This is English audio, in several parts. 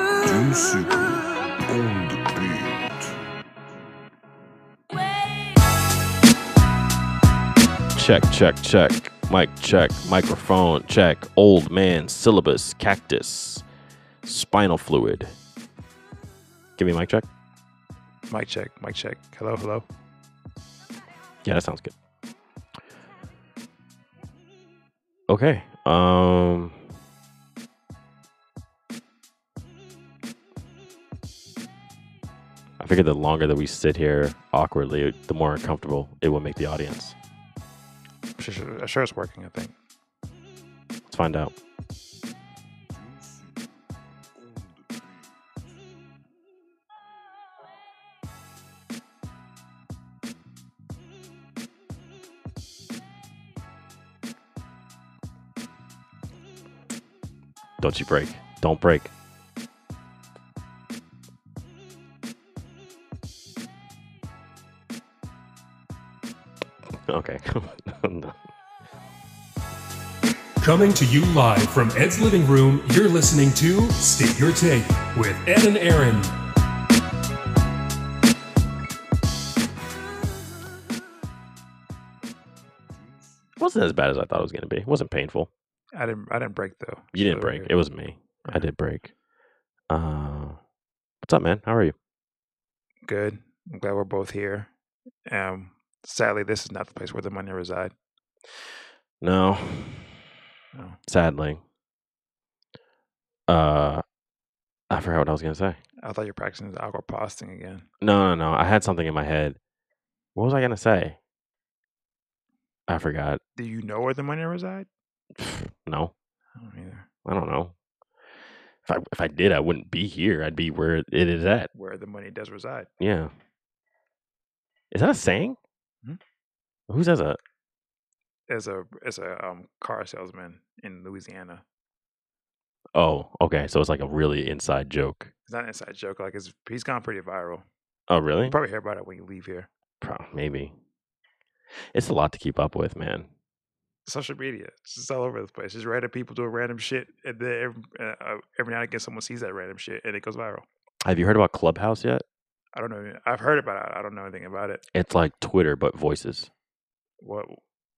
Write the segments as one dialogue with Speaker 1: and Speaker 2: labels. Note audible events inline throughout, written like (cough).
Speaker 1: Music on the beat.
Speaker 2: Check, check, check. Mic check, microphone check. Old man, syllabus, cactus, spinal fluid. Give me mic check.
Speaker 3: Mic check, mic check. Hello, hello.
Speaker 2: Yeah, that sounds good. Okay. Um I figure the longer that we sit here awkwardly, the more uncomfortable it will make the audience.
Speaker 3: I'm sure, sure, I'm sure it's working, I think.
Speaker 2: Let's find out. Don't you break. Don't break. Okay. (laughs) No.
Speaker 4: Coming to you live from Ed's living room, you're listening to State Your Take with Ed and Aaron.
Speaker 2: wasn't as bad as I thought it was going to be. It wasn't painful.
Speaker 3: I didn't I didn't break though.
Speaker 2: You didn't
Speaker 3: So,
Speaker 2: break.
Speaker 3: yeah.
Speaker 2: It was me. I
Speaker 3: Okay.
Speaker 2: did break. Uh, what's up, man? How are you?
Speaker 3: Good. I'm glad we're both here. Um sadly this is not the place where the money reside.
Speaker 2: (sighs) No,
Speaker 3: No.
Speaker 2: sadly. Uh, I forgot what I was going to say.
Speaker 3: I thought you were practicing the aqua posting again.
Speaker 2: No, no, no. I had something in my head. What was I going to say? I forgot.
Speaker 3: Do you know where the money reside?
Speaker 2: No,
Speaker 3: I don't either.
Speaker 2: I don't know. If I if I did, I wouldn't be here. I'd be where it is at.
Speaker 3: Where the money does reside.
Speaker 2: Yeah. Is that a saying?
Speaker 3: Hmm?
Speaker 2: Who says that?
Speaker 3: As a as a um, car salesman in Louisiana.
Speaker 2: Oh, okay. So it's like a really inside joke.
Speaker 3: It's not an inside joke, like it's he's gone pretty viral.
Speaker 2: Oh, really?
Speaker 3: You'll probably hear about it when you leave here.
Speaker 2: Pro- maybe. It's a lot to keep up with, man.
Speaker 3: social media. It's just all over the place. Just random people doing random shit, and then every, uh, uh, every now and again someone sees that random shit and it goes viral.
Speaker 2: Have you heard about Clubhouse yet?
Speaker 3: I don't know. I've heard about it. I don't know anything about it.
Speaker 2: It's like Twitter but voices.
Speaker 3: What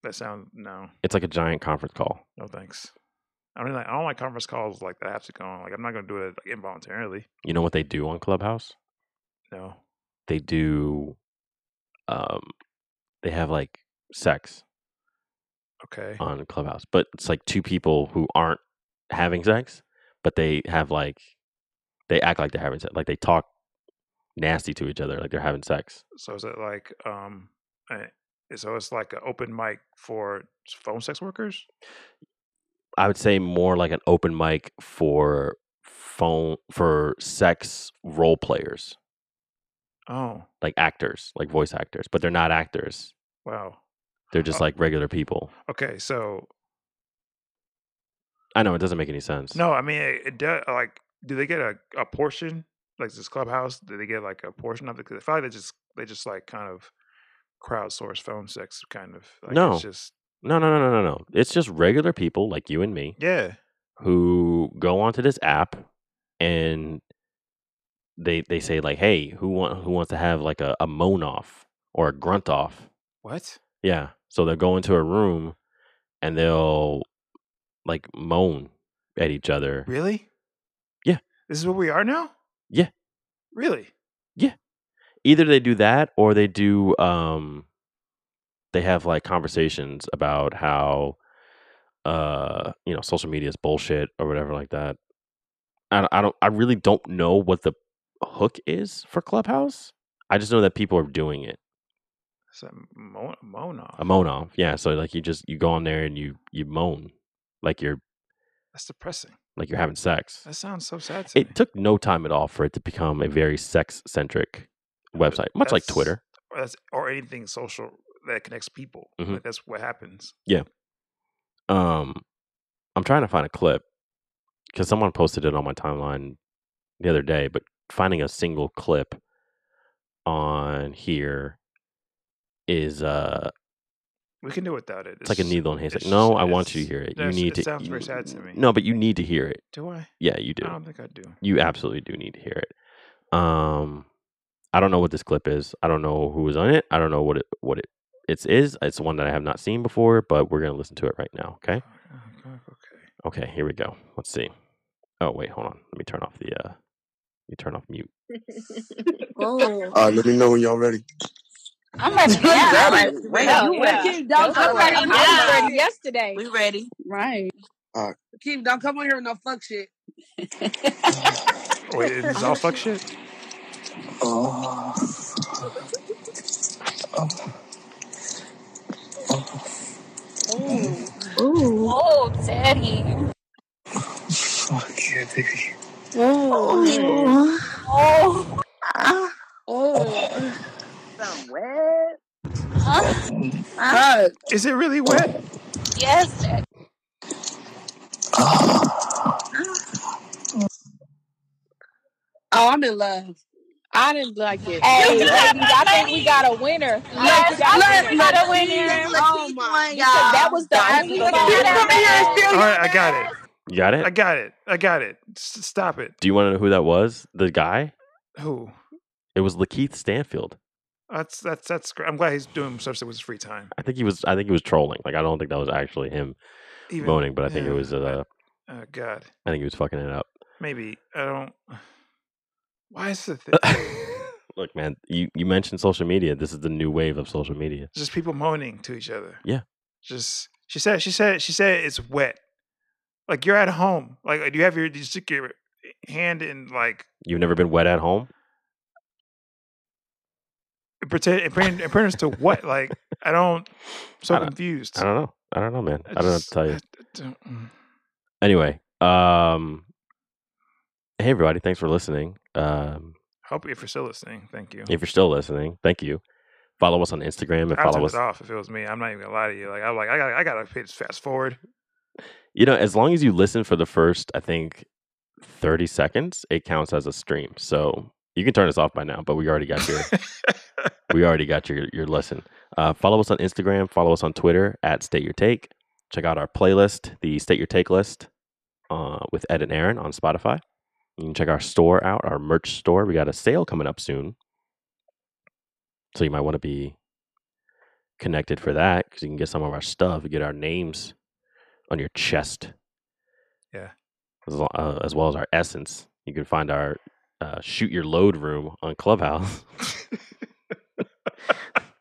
Speaker 3: that sounds? No,
Speaker 2: It's like a giant conference call.
Speaker 3: no thanks. I mean, like, I don't like conference calls like that. I have to go on. Like, I'm not gonna do it like involuntarily.
Speaker 2: You know what they do on Clubhouse?
Speaker 3: No.
Speaker 2: They do um they have like sex
Speaker 3: Okay.
Speaker 2: on Clubhouse, but it's like two people who aren't having sex, but they have like they act like they're having sex. Like they talk nasty to each other like they're having sex.
Speaker 3: So is it like um? uh, So it's like an open mic for s- phone sex workers.
Speaker 2: I would say more like an open mic for phone for sex role players,
Speaker 3: Oh
Speaker 2: like actors, like voice actors, but they're not actors.
Speaker 3: wow.
Speaker 2: They're just
Speaker 3: Oh.
Speaker 2: like regular people.
Speaker 3: Okay, so
Speaker 2: I know it doesn't make any sense.
Speaker 3: No, I mean it, it does. Like, do they get a, a portion? Like this clubhouse, do they get like a portion of it? Because I feel like they just they just like kind of crowdsource phone sex, kind of. Like,
Speaker 2: No.
Speaker 3: it's just
Speaker 2: no, no, no, no, no, no. It's just regular people like you and me
Speaker 3: yeah.
Speaker 2: who go onto this app and they they say like, "Hey, who want who wants to have like a, a moan off or a grunt off?"
Speaker 3: What?
Speaker 2: Yeah. So they'll go into a room and they'll like moan at each other.
Speaker 3: Really?
Speaker 2: Yeah.
Speaker 3: This is where we are now.
Speaker 2: Yeah.
Speaker 3: Really?
Speaker 2: Either they do that or they do um they have like conversations about how uh you know social media is bullshit or whatever like that. I don't, I don't I really don't know what the hook is for Clubhouse. I just know that people are doing it.
Speaker 3: It's a mo- moan off.
Speaker 2: A moan off. Yeah, so like you just you go on there and you you moan like you're
Speaker 3: That's depressing.
Speaker 2: like you're having sex.
Speaker 3: That sounds so sad to me.
Speaker 2: It took no time at all for it to become a very sex centric website, much like
Speaker 3: That's-
Speaker 2: Twitter.
Speaker 3: or, that's, or anything social that connects people.
Speaker 2: Mhm.
Speaker 3: Like, that's what happens.
Speaker 2: Um, I'm trying to find a clip because someone posted it on my timeline the other day, but finding a single clip on here is uh
Speaker 3: We can do without it.
Speaker 2: It's like a
Speaker 3: just-
Speaker 2: needle in a haystack.
Speaker 3: it's-
Speaker 2: No, I want
Speaker 3: it's-
Speaker 2: you to hear it. You
Speaker 3: that's-
Speaker 2: need
Speaker 3: it
Speaker 2: to.
Speaker 3: sounds
Speaker 2: you-
Speaker 3: very sad to me.
Speaker 2: No, but you need to hear it.
Speaker 3: Do I?
Speaker 2: Yeah, you do.
Speaker 3: I don't think I do.
Speaker 2: you absolutely do need to hear it. Um, I don't know what this clip is. I don't know who was on it. I don't know what it what it it's is. It's one that I have not seen before, but we're gonna listen to it right now. Okay.
Speaker 3: Oh, God, okay.
Speaker 2: Okay. Here we go. Let's see. Oh wait, hold on. Let me turn off the. uh Let me turn off mute.
Speaker 5: (laughs) Oh,
Speaker 6: All right, let me know when y'all ready.
Speaker 5: I'm ready now.
Speaker 7: I'm ready.
Speaker 5: Like,
Speaker 7: Ready.
Speaker 5: yeah,
Speaker 7: You
Speaker 5: yeah.
Speaker 7: ready? Don't
Speaker 5: I'm
Speaker 7: come
Speaker 5: ready.
Speaker 7: around
Speaker 5: I was
Speaker 7: now.
Speaker 5: ready yesterday.
Speaker 7: We ready.
Speaker 5: Right.
Speaker 7: Uh,
Speaker 8: Keith, don't come over here with no fuck
Speaker 7: (sighs)
Speaker 8: shit.
Speaker 2: (laughs)
Speaker 3: Oh, Wait, is this all fuck shit?
Speaker 6: Oh,
Speaker 5: Ooh.
Speaker 7: Ooh.
Speaker 5: Oh, daddy.
Speaker 6: fuck yeah, baby.
Speaker 5: Oh.
Speaker 7: Ooh.
Speaker 5: Oh.
Speaker 7: Ah.
Speaker 5: Oh.
Speaker 8: Something wet.
Speaker 5: Huh?
Speaker 7: Ah.
Speaker 8: Fuck.
Speaker 3: Is it really wet?
Speaker 5: Yes. daddy.
Speaker 8: Oh, I'm in love. I didn't like it.
Speaker 5: Hey,
Speaker 7: You
Speaker 5: ladies,
Speaker 7: got my
Speaker 5: I think
Speaker 7: money.
Speaker 5: we got a winner. I think
Speaker 7: Yes, I
Speaker 5: we got
Speaker 7: got
Speaker 5: a
Speaker 7: a
Speaker 5: winner.
Speaker 7: winner.
Speaker 8: Oh
Speaker 7: Oh
Speaker 8: my
Speaker 7: my
Speaker 5: Because that was the
Speaker 7: God.
Speaker 5: only
Speaker 7: Look
Speaker 5: one.
Speaker 7: at
Speaker 8: Keith, come in here and
Speaker 5: that-
Speaker 8: steal
Speaker 3: All
Speaker 8: your
Speaker 3: right, I got it.
Speaker 2: You got
Speaker 3: I
Speaker 2: it.
Speaker 3: got it. I got it. S- stop it.
Speaker 2: Do you want to know who that was? The guy.
Speaker 3: Who?
Speaker 2: It was Lakeith Stanfield.
Speaker 3: That's that's that's. Great. I'm glad he's doing something with his free time.
Speaker 2: I think he was. I think he was trolling. Like I don't think that was actually him
Speaker 3: Even,
Speaker 2: moaning, but I think it
Speaker 3: yeah,
Speaker 2: was. Uh,
Speaker 3: I- oh God,
Speaker 2: I think he was fucking it up.
Speaker 3: maybe I don't. (sighs) Why is
Speaker 2: (laughs)
Speaker 3: the thing?
Speaker 2: Look, man, you, you mentioned social media. This is the new wave of social media.
Speaker 3: just people moaning to each other.
Speaker 2: Yeah.
Speaker 3: Just she said she said she said it's wet. Like you're at home. Like do you have your you stick your hand in like
Speaker 2: You've never been wet at home?
Speaker 3: pretend in pre- in preference to what? Like I don't. I'm so
Speaker 2: I don't-
Speaker 3: confused.
Speaker 2: I don't know. I don't know, man. I don't know what to
Speaker 3: just-
Speaker 2: tell you.
Speaker 3: I don't- mm.
Speaker 2: Anyway, um, hey everybody, thanks for listening. Um,
Speaker 3: Hope if you're still listening, thank you.
Speaker 2: if you're still listening, thank you. Follow us on Instagram and
Speaker 3: I would turn
Speaker 2: follow
Speaker 3: this
Speaker 2: us.
Speaker 3: off if it was me. I'm not even gonna lie to you. Like I'm like I got I gotta hit fast forward.
Speaker 2: You know, as long as you listen for the first, I think, thirty seconds, it counts as a stream. So you can turn this off by now, but we already got your we already got your your lesson. Uh, follow us on Instagram. Follow us on Twitter at State Your Take. Check out our playlist, the State Your Take list, uh, with Ed and Aaron on Spotify. You can check our store out, our merch store. We got a sale coming up soon, so you might want to be connected for that because you can get some of our stuff. You get our names on your chest,
Speaker 3: Yeah.
Speaker 2: as, lo- uh, as well as our essence. You can find our uh, shoot your load room on
Speaker 3: (laughs)
Speaker 2: Clubhouse.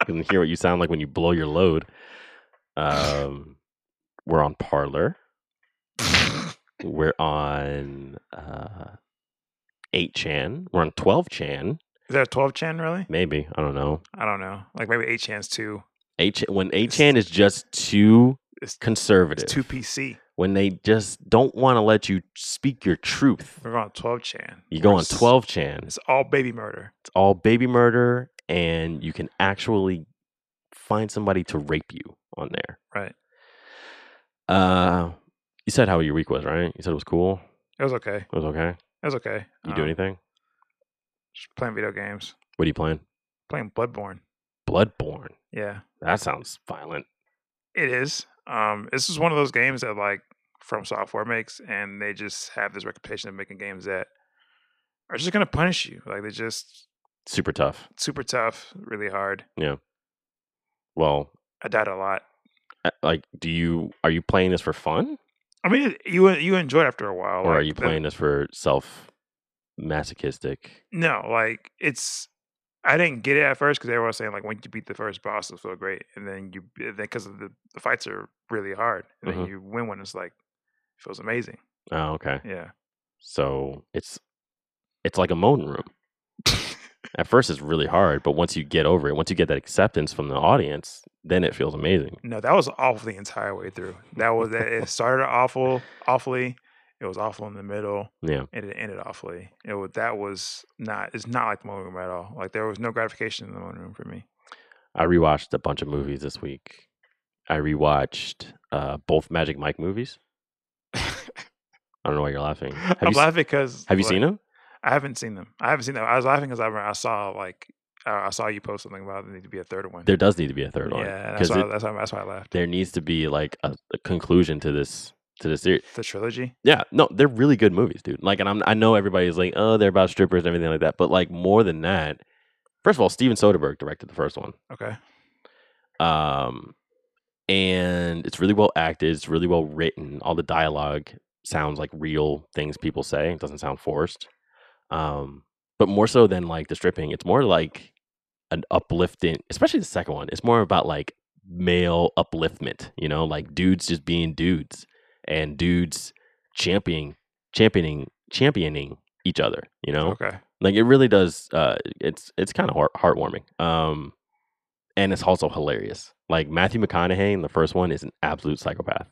Speaker 2: You can hear what you sound like when you blow your load. Um, we're on Parlor. We're on uh, 8chan. We're on 12chan,
Speaker 3: Is that a 12 chan really?
Speaker 2: maybe. I don't know.
Speaker 3: I don't know. Like maybe eight chans two.
Speaker 2: 8 when 8chan is just too
Speaker 3: It's,
Speaker 2: conservative.
Speaker 3: it's two PC.
Speaker 2: when they just don't want to let you speak your truth.
Speaker 3: We're going 12 chan.
Speaker 2: You go on
Speaker 3: It's-
Speaker 2: 12chan.
Speaker 3: It's all baby murder.
Speaker 2: It's all baby murder and you can actually find somebody to rape you on there.
Speaker 3: Right.
Speaker 2: Uh, you said how your week was, right? You said it was cool.
Speaker 3: It was okay.
Speaker 2: It was okay.
Speaker 3: It was okay.
Speaker 2: You do
Speaker 3: Um,
Speaker 2: anything?
Speaker 3: Just playing video games.
Speaker 2: What are you playing?
Speaker 3: Playing Bloodborne.
Speaker 2: Bloodborne.
Speaker 3: Yeah.
Speaker 2: That sounds violent.
Speaker 3: It is. Um, this is one of those games that like From Software makes, and they just have this reputation of making games that are just gonna punish you. Like they're just
Speaker 2: Super tough.
Speaker 3: super tough, really hard.
Speaker 2: Well,
Speaker 3: I died a lot.
Speaker 2: uh, like, do you are you playing this for fun,
Speaker 3: I mean, it- you you enjoy it after a while.
Speaker 2: or are
Speaker 3: like,
Speaker 2: you
Speaker 3: the-
Speaker 2: playing this for self masochistic?
Speaker 3: No, like it's. I didn't get it at first because everyone was saying like, when you beat the first boss, it'll feel great, and then you then because of the, the fights are really hard, and
Speaker 2: Mhm.
Speaker 3: then you win one, it's like feels amazing.
Speaker 2: Oh, okay.
Speaker 3: Yeah,
Speaker 2: So it's it's like a moan
Speaker 3: (laughs)
Speaker 2: room. At first, it's really hard, but once you get over it, once you get that acceptance from the audience, then it feels amazing.
Speaker 3: no, that was awful the entire way through. That was that. It started awful, awfully. It was awful in the middle,
Speaker 2: Yeah.
Speaker 3: and it ended awfully. It was that was not. It's not like the moon room at all. Like there was no gratification in the moon room for me.
Speaker 2: I rewatched a bunch of movies this week. I rewatched uh, both Magic Mike movies. I don't know why you're
Speaker 3: (laughs)
Speaker 2: laughing. Have
Speaker 3: I'm
Speaker 2: you, s-
Speaker 3: laughing because
Speaker 2: have you seen them?
Speaker 3: I haven't seen them. I haven't seen them. I was laughing because I remember I saw like Uh, I saw you post something about there need to be a third one.
Speaker 2: There does need to be a third one
Speaker 3: yeah,
Speaker 2: because
Speaker 3: that's why, that's why that's why I laughed.
Speaker 2: there needs to be like a, a conclusion to this to this series.
Speaker 3: The trilogy.
Speaker 2: Yeah, no, they're really good movies, dude. Like, and I'm, I know everybody's like, oh, they're about strippers and everything like that, but like more than that. First of all, Steven Soderbergh directed the first one.
Speaker 3: Okay.
Speaker 2: um, and it's really well acted. It's really well written. All the dialogue sounds like real things people say. It doesn't sound forced. Um, but more so than like the stripping, it's more like an uplifting. Especially the second one. It's more about like male upliftment. You know, like dudes just being dudes and dudes championing, championing, championing each other. You know,
Speaker 3: Okay.
Speaker 2: like it really does uh it's it's kind of heart- heartwarming um and it's also hilarious like matthew mcconaughey in the first one is an absolute psychopath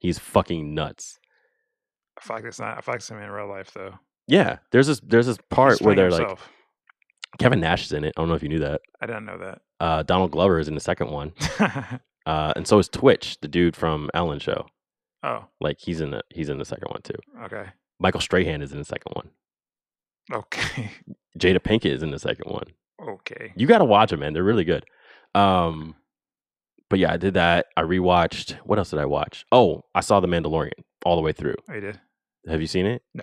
Speaker 2: he's fucking nuts
Speaker 3: I feel like it's not. I feel like it's him in real life though.
Speaker 2: yeah there's this there's this part
Speaker 3: He's
Speaker 2: where
Speaker 3: playing
Speaker 2: they're like
Speaker 3: himself.
Speaker 2: kevin nash is in it i don't know if you knew that
Speaker 3: I didn't know that.
Speaker 2: uh donald glover is in the second one uh and so is twitch the dude from ellen show
Speaker 3: (laughs) oh,
Speaker 2: like he's in the he's in the second one too
Speaker 3: okay,
Speaker 2: michael strahan is in the second one
Speaker 3: okay, (laughs)
Speaker 2: jada pinkett is in the second one
Speaker 3: okay.
Speaker 2: You got to watch them, man. They're really good. Um, but yeah, I did that. I rewatched. What else did I watch? Oh, I saw The Mandalorian all the way through.
Speaker 3: I Oh, did.
Speaker 2: Have you seen it?
Speaker 3: No.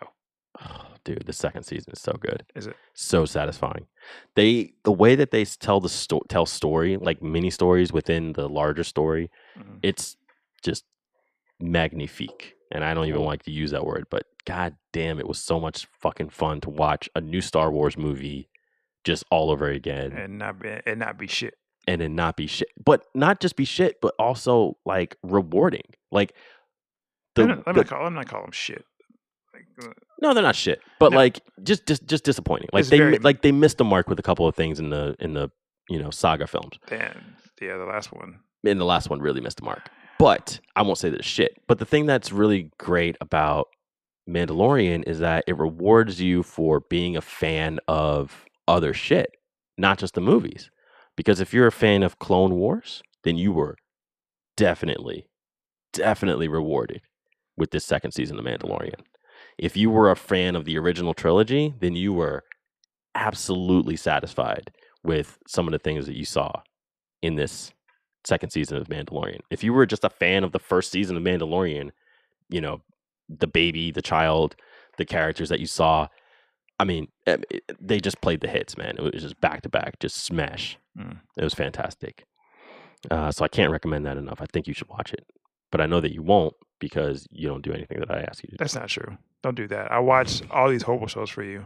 Speaker 2: Oh, dude, the second season is so good.
Speaker 3: Is it?
Speaker 2: So satisfying. They the way that they s- tell the sto- tell story like mini stories within the larger story.
Speaker 3: Mhm.
Speaker 2: It's just magnifique. And I don't even like to use that word, but god damn, it was so much fucking fun to watch a new Star Wars movie just all over again
Speaker 3: And not be and not be shit.
Speaker 2: and then not be shit, but not just be shit, but also like rewarding. Like the,
Speaker 3: I'm not, I'm
Speaker 2: the-
Speaker 3: not call. I'm not call him shit. Like, uh,
Speaker 2: no, they're not shit, but
Speaker 3: No.
Speaker 2: like just just just disappointing. Like
Speaker 3: It's
Speaker 2: they
Speaker 3: very-
Speaker 2: mi- like they missed the mark with a couple of things in the in the you know saga films.
Speaker 3: damn. Yeah, the last one.
Speaker 2: And the last one really missed the mark. But I won't say that it's shit. But the thing that's really great about Mandalorian is that it rewards you for being a fan of other shit, not just the movies. Because if you're a fan of Clone Wars, then you were definitely, definitely rewarded with this second season of Mandalorian. If you were a fan of the original trilogy, then you were absolutely satisfied with some of the things that you saw in this second season of Mandalorian. If you were just a fan of the first season of Mandalorian, you know, the baby, the child, the characters that you saw, I mean, eh, it- they just played the hits, man. It was just back to back, just smash.
Speaker 3: Mm.
Speaker 2: It was fantastic. Uh, so I can't recommend that enough. I think you should watch it, but I know that you won't because you don't do anything that I ask you to do.
Speaker 3: That's not true. Don't do that. I watch all these horrible shows for you.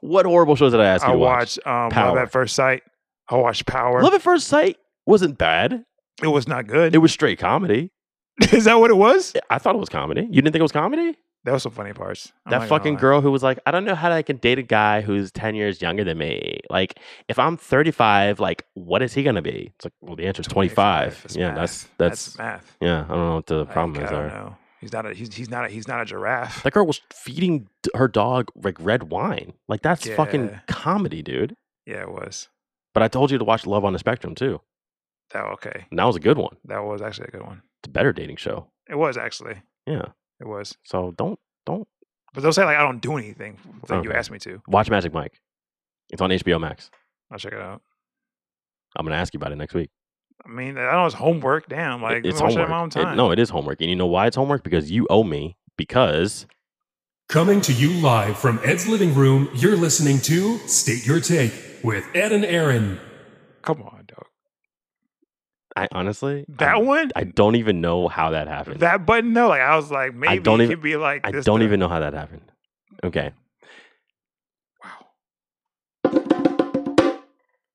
Speaker 2: What horrible shows did I ask you
Speaker 3: I
Speaker 2: to watch?
Speaker 3: watch um, Love
Speaker 2: Power.
Speaker 3: at First Sight. I watched Power.
Speaker 2: Love at First Sight wasn't bad.
Speaker 3: It was not good.
Speaker 2: It was straight comedy.
Speaker 3: (laughs) Is that what it was?
Speaker 2: I thought it was comedy. You didn't think it was comedy?
Speaker 3: That was some funny parts.
Speaker 2: that
Speaker 3: I'm not gonna
Speaker 2: fucking
Speaker 3: lie.
Speaker 2: girl who was like, I don't know how I can date a guy who's 10 years younger than me. Like, if I'm 35, like, what is he going to be? It's like, well, the answer is 25.
Speaker 3: It's
Speaker 2: Yeah,
Speaker 3: math.
Speaker 2: that's, that's,
Speaker 3: that's math.
Speaker 2: yeah, I don't know what the
Speaker 3: Like,
Speaker 2: problem is
Speaker 3: I don't
Speaker 2: there.
Speaker 3: know. He's not a he's he's not a he's not a giraffe.
Speaker 2: That girl was feeding d- her dog like red wine. Like, that's fucking
Speaker 3: Yeah.
Speaker 2: comedy, dude.
Speaker 3: yeah, it was.
Speaker 2: But I told you to watch Love on the Spectrum too.
Speaker 3: That okay.
Speaker 2: And that was a good one.
Speaker 3: That was actually a good one.
Speaker 2: It's a better dating show.
Speaker 3: It was actually.
Speaker 2: Yeah.
Speaker 3: It was.
Speaker 2: So don't, don't
Speaker 3: But don't say like I don't do anything like you
Speaker 2: Okay.
Speaker 3: asked me to.
Speaker 2: watch Magic Mike. It's on HBO Max.
Speaker 3: I'll check it out.
Speaker 2: I'm going to ask you about it next week.
Speaker 3: I mean, I know it's homework. Damn,
Speaker 2: It-
Speaker 3: like it's watch homework. it at my own
Speaker 2: It-
Speaker 3: time.
Speaker 2: no, it is homework. And you know why it's homework? Because you owe me. Because
Speaker 4: Coming to you live from Ed's living room, you're listening to State Your Take with Ed and Aaron.
Speaker 3: come on, dog.
Speaker 2: I honestly
Speaker 3: That
Speaker 2: I,
Speaker 3: one,
Speaker 2: I don't even know how that happened.
Speaker 3: that button. No, like I was like maybe
Speaker 2: don't
Speaker 3: it
Speaker 2: even-
Speaker 3: could be like
Speaker 2: I
Speaker 3: this
Speaker 2: don't
Speaker 3: the-
Speaker 2: even know how that happened. Okay,
Speaker 3: Wow,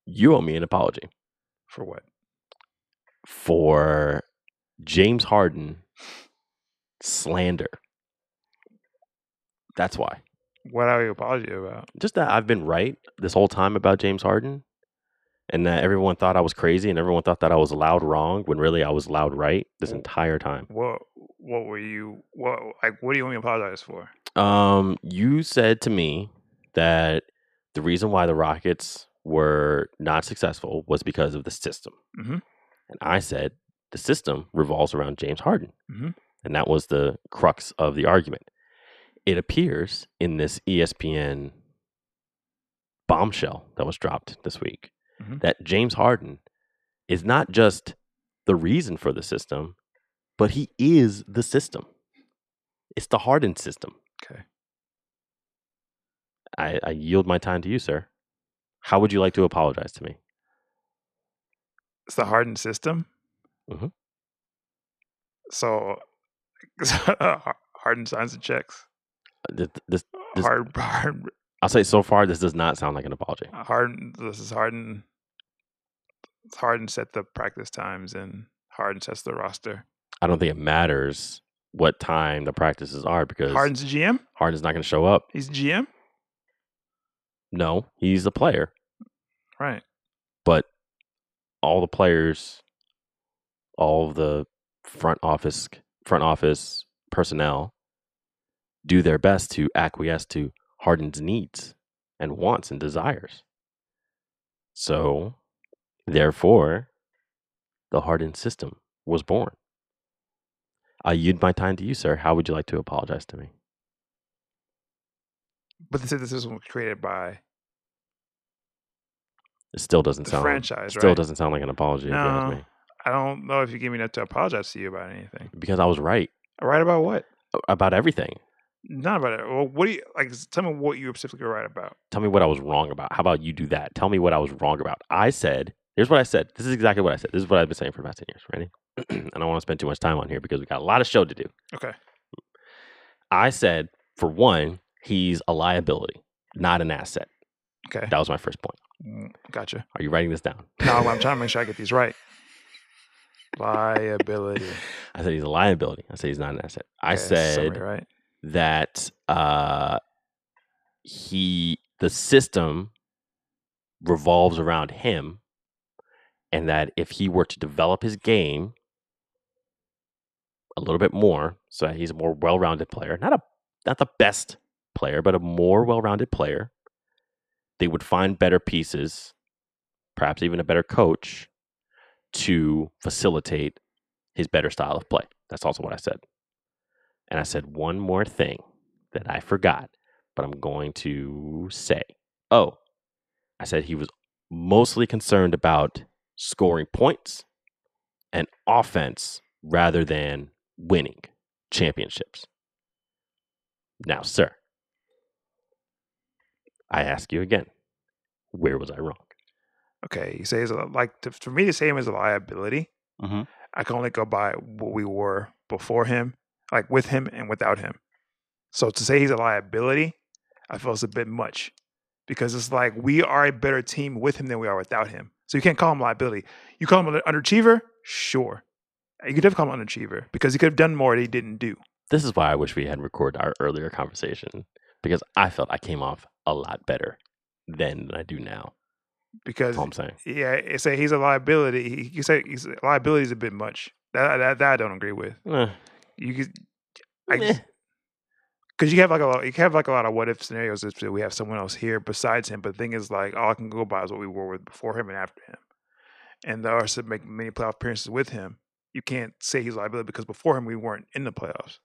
Speaker 2: you owe me an apology
Speaker 3: for what?
Speaker 2: for James Harden slander. That's why.
Speaker 3: What are you apology about?
Speaker 2: Just that I've been right this whole time about James Harden, and that everyone thought I was crazy, and everyone thought that I was loud wrong when really I was loud right this entire time.
Speaker 3: What what were you? What like what do you want me to apologize for?
Speaker 2: Um, you said to me that the reason why the Rockets were not successful was because of the system,
Speaker 3: Mhm.
Speaker 2: and I said the system revolves around James Harden,
Speaker 3: Mhm.
Speaker 2: and that was the crux of the argument. It E appears in this ESPN bombshell that was dropped this week
Speaker 3: Mhm.
Speaker 2: that James Harden is not just the reason for the system, but he is the system. It's the Harden system.
Speaker 3: Okay.
Speaker 2: I, I yield my time to you, sir. How would you like to apologize to me?
Speaker 3: It's the hardened system.
Speaker 2: Mhm.
Speaker 3: So, (laughs) Harden signs and checks.
Speaker 2: Uh, th- This, Just-
Speaker 3: Hard, (laughs) hard,
Speaker 2: I'll say so far, this does not sound like an apology.
Speaker 3: Harden. This is Harden. Harden set the practice times, and Harden sets the roster.
Speaker 2: I don't think it matters what time the practices are because
Speaker 3: Harden's the GM.
Speaker 2: Harden's not going to show up.
Speaker 3: He's GM,
Speaker 2: No, he's a player,
Speaker 3: right?
Speaker 2: but all the players, all of the front office front office personnel do their best to acquiesce to Harden's needs and wants and desires. So, therefore, the Harden system was born. I yield my time to you, sir. How would you like to apologize to me?
Speaker 3: But they said this system was created by
Speaker 2: It still doesn't
Speaker 3: the
Speaker 2: sound
Speaker 3: franchise,
Speaker 2: still
Speaker 3: right?
Speaker 2: doesn't sound like an apology. if you ask
Speaker 3: No.
Speaker 2: me.
Speaker 3: I don't know if you give me enough to apologize to you about anything.
Speaker 2: because I was right
Speaker 3: Right about what?
Speaker 2: about everything.
Speaker 3: Not about it. Well, what do you like? s- Tell me what you were specifically right about.
Speaker 2: tell me what I was wrong about. How about you do that? Tell me what I was wrong about. I said, here's what I said. This is exactly what I said. This is what I've been saying for the past 10 years. Ready? (clears throat) and I don't want to spend too much time on here because we got a lot of show to do.
Speaker 3: Okay.
Speaker 2: I said, for one, he's a liability, not an asset.
Speaker 3: Okay.
Speaker 2: That was my first point.
Speaker 3: Mm, Gotcha.
Speaker 2: Are you writing this down?
Speaker 3: No, I'm trying to make sure I get these right. Liability.
Speaker 2: I said he's a liability. I said he's not an asset. I
Speaker 3: Okay, that's
Speaker 2: said
Speaker 3: summary, right.
Speaker 2: that uh, he the system revolves around him and that if he were to develop his game a little bit more so that he's a more well-rounded player not a not the best player but a more well-rounded player they would find better pieces perhaps even a better coach to facilitate his better style of play that's also what i said and I said one more thing that I forgot, but I'm going to say. Oh, I said he was mostly concerned about scoring points and offense rather than winning championships. Now, sir, I ask you again, where was I wrong?
Speaker 3: Okay, you say he's a, like to, for me to say him as a liability.
Speaker 2: Mhm.
Speaker 3: I can only go by what we were before him, like with him and without him. So to say he's a liability, I feel it's a bit much because it's like we are a better team with him than we are without him. So you can't call him liability. You call him an underachiever, sure. You could have called him an underachiever because he could have done more that he didn't do.
Speaker 2: This is why I wish we had recorded our earlier conversation because I felt I came off a lot better then than I do now.
Speaker 3: Because
Speaker 2: That's all I'm saying.
Speaker 3: yeah, it say he's a liability. He- You say he's, liability is a bit much. That, that that I don't agree with.
Speaker 2: Eh,
Speaker 3: You could I
Speaker 2: meh.
Speaker 3: just because you have like a lot, you have like a lot of what if scenarios. If we have someone else here besides him, but the thing is, like all I can go by is what we were with before him and after him, and there are some make many playoff appearances with him. You can't say he's liability because before him we weren't in the playoffs.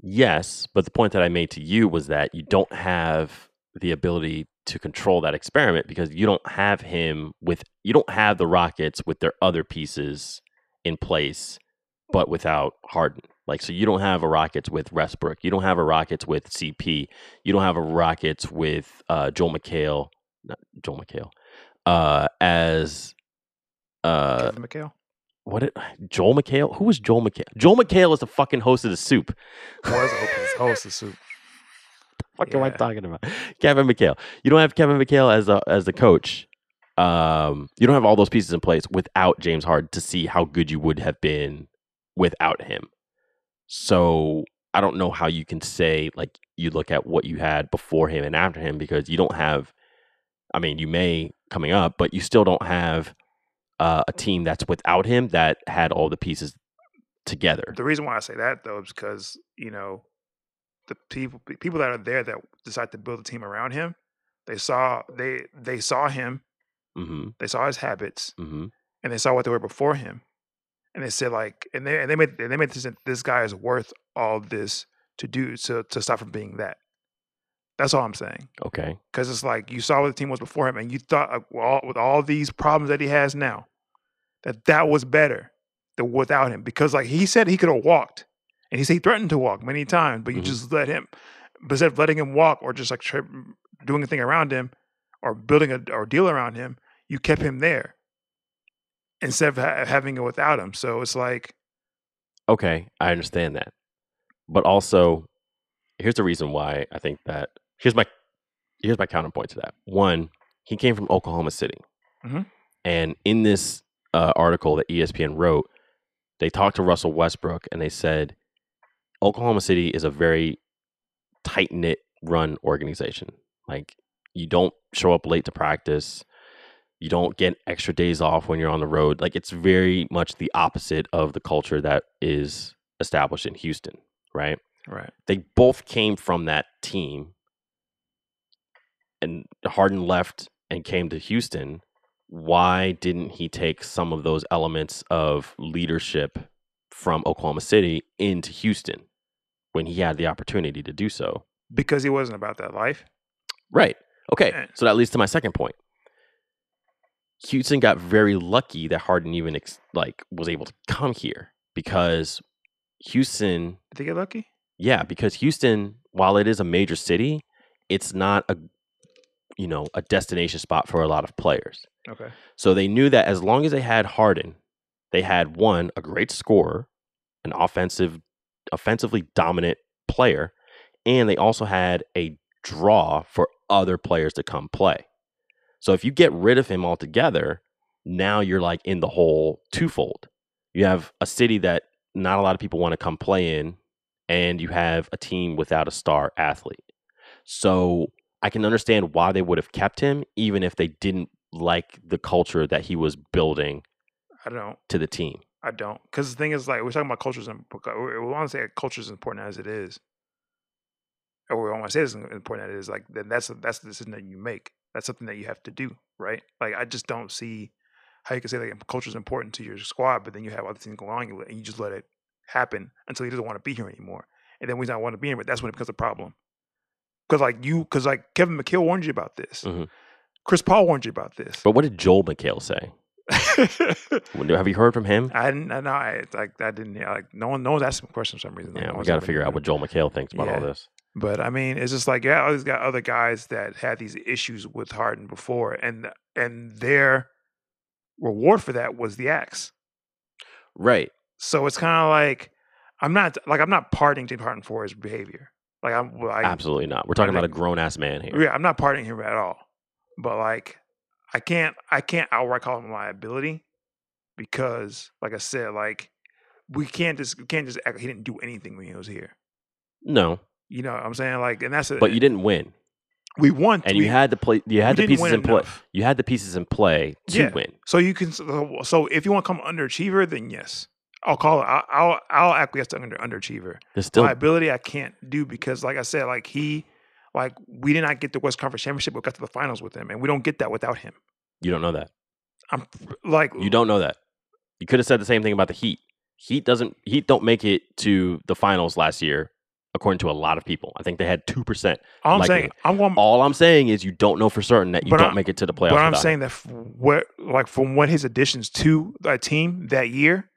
Speaker 2: Yes, but the point that I made to you was that you don't have the ability to control that experiment because you don't have him with you don't have the Rockets with their other pieces in place, but without Harden. Like so, you don't have a Rockets with Westbrook. You don't have a Rockets with CP. You don't have a Rockets with uh, Joel McHale, not Joel McHale, uh, as uh,
Speaker 3: Kevin McHale,
Speaker 2: what did, Joel McHale? Who was Joel McHale? Joel McHale is the fucking host of the Soup.
Speaker 3: was hopeless host of soup.
Speaker 2: fuck am I
Speaker 3: Yeah.
Speaker 2: talking about? Kevin McHale. You don't have Kevin McHale as a as the coach. Um, you don't have all those pieces in place without James Harden to see how good you would have been without him. So I don't know how you can say like you look at what you had before him and after him because you don't have. I mean, you may coming up, but you still don't have uh, a team that's without him that had all the pieces together.
Speaker 3: The reason why I say that though is because you know the people pe- people that are there that decide to build a team around him, they saw they they saw him,
Speaker 2: Mm-hmm.
Speaker 3: they saw his habits,
Speaker 2: Mm-hmm.
Speaker 3: and they saw what they were before him, and they said like, and they and they made and they made this this guy is worth all this to do so to stop from being that. That's all I'm saying.
Speaker 2: Okay.
Speaker 3: Because it's like you saw what the team was before him, and you thought uh, with all, with all these problems that he has now, that that was better than without him. Because like he said, he could have walked, and he said he threatened to walk many times, but you
Speaker 2: Mhm.
Speaker 3: just let him. But instead of letting him walk, or just like tri- doing a thing around him, or building a or deal around him, you kept him there instead of ha- having it without him. So it's like
Speaker 2: Okay, I understand that. But also, here's the reason why I think that here's my here's my counterpoint to that. One, he came from Oklahoma City,
Speaker 3: Mhm.
Speaker 2: and in this uh, article that ESPN wrote, they talked to Russell Westbrook and they said Oklahoma City is a very tight knit run organization. Like you don't show up late to practice. You don't get extra days off when you're on the road. Like it's very much the opposite of the culture that is established in Houston, right?
Speaker 3: right.
Speaker 2: They both came from that team. And Harden left and came to Houston. Why didn't he take some of those elements of leadership from Oklahoma City into Houston when he had the opportunity to do so?
Speaker 3: because he wasn't about that life.
Speaker 2: Right. Okay.
Speaker 3: Yeah.
Speaker 2: So that leads to my second point. Houston got very lucky that Harden even ex- like was able to come here because Houston,
Speaker 3: Did he get lucky?
Speaker 2: yeah, because Houston, while it is a major city, it's not a you know a destination spot for a lot of players.
Speaker 3: Okay.
Speaker 2: So they knew that as long as they had Harden, they had one a great scorer, an offensive, offensively dominant player, and they also had a draw for other players to come play. So if you get rid of him altogether, now you're like in the hole twofold. You have a city that not a lot of people want to come play in, and you have a team without a star athlete. So I can understand why they would have kept him, even if they didn't like the culture that he was building
Speaker 3: I don't.
Speaker 2: to the team.
Speaker 3: I don't. Because the thing is, like, we're talking about cultures, and we want to say culture is important as it is, or we want to say it's important as it is. Like, then that's that's the decision that you make. That's something that you have to do, right? Like, I just don't see how you can say like culture is important to your squad, but then you have other things going on, you let- and you just let it happen until he doesn't want to be here anymore, and then we don't want to be here. But that's when it becomes a problem. Because like you, because like Kevin McHale warned you about this,
Speaker 2: Mhm.
Speaker 3: Chris Paul warned you about this.
Speaker 2: But what did Joel McHale say?
Speaker 3: (laughs)
Speaker 2: When- Have you heard from him?
Speaker 3: I didn't. I know. I like. I didn't. hear Like no one. No one's asking questions for some reason. Like,
Speaker 2: Yeah,
Speaker 3: no
Speaker 2: we
Speaker 3: one's
Speaker 2: got to
Speaker 3: even
Speaker 2: figure out
Speaker 3: doing
Speaker 2: what
Speaker 3: it.
Speaker 2: Joel McHale thinks about all
Speaker 3: Yeah.
Speaker 2: this.
Speaker 3: But I mean, it's just like yeah, always got other guys that had these issues with Harden before, and and their reward for that was the axe.
Speaker 2: Right.
Speaker 3: So it's kind of like I'm not like I'm not pardoning James Harden for his behavior. Like I'm. Like,
Speaker 2: Absolutely not. We're talking about a
Speaker 3: think-
Speaker 2: grown ass man here.
Speaker 3: Yeah, I'm not pardoning him at all. But like, I can't, I can't outright call him a liability because, like I said, like we can't just, we can't just act like he didn't do anything when he was here.
Speaker 2: No,
Speaker 3: You know what I'm saying? Like, and that's a,
Speaker 2: but you didn't win,
Speaker 3: We won,
Speaker 2: and
Speaker 3: we,
Speaker 2: you had the play. You had
Speaker 3: we
Speaker 2: the
Speaker 3: didn't
Speaker 2: pieces
Speaker 3: win
Speaker 2: in play.
Speaker 3: enough.
Speaker 2: You had the pieces in play to
Speaker 3: Yeah.
Speaker 2: win.
Speaker 3: So you can, so so if you want to come underachiever, then yes, I'll call it. I'll, I'll, I'll acquiesce to under underachiever.
Speaker 2: There's still
Speaker 3: liability I can't do because, like I said, like he, like we did not get the West Conference championship, but got to the finals with him, and we don't get that without him.
Speaker 2: you don't know that.
Speaker 3: I'm like
Speaker 2: You don't know that. You could have said the same thing about the Heat. Heat doesn't. Heat don't make it to the finals last year, according to a lot of people. I think they had two percent.
Speaker 3: All I'm
Speaker 2: likely.
Speaker 3: saying, I'm going.
Speaker 2: All I'm saying is you don't know for certain that you
Speaker 3: But
Speaker 2: don't
Speaker 3: I-
Speaker 2: make it to the playoffs.
Speaker 3: but I'm
Speaker 2: without him.
Speaker 3: saying that f- what, like, from what his additions to a team that year,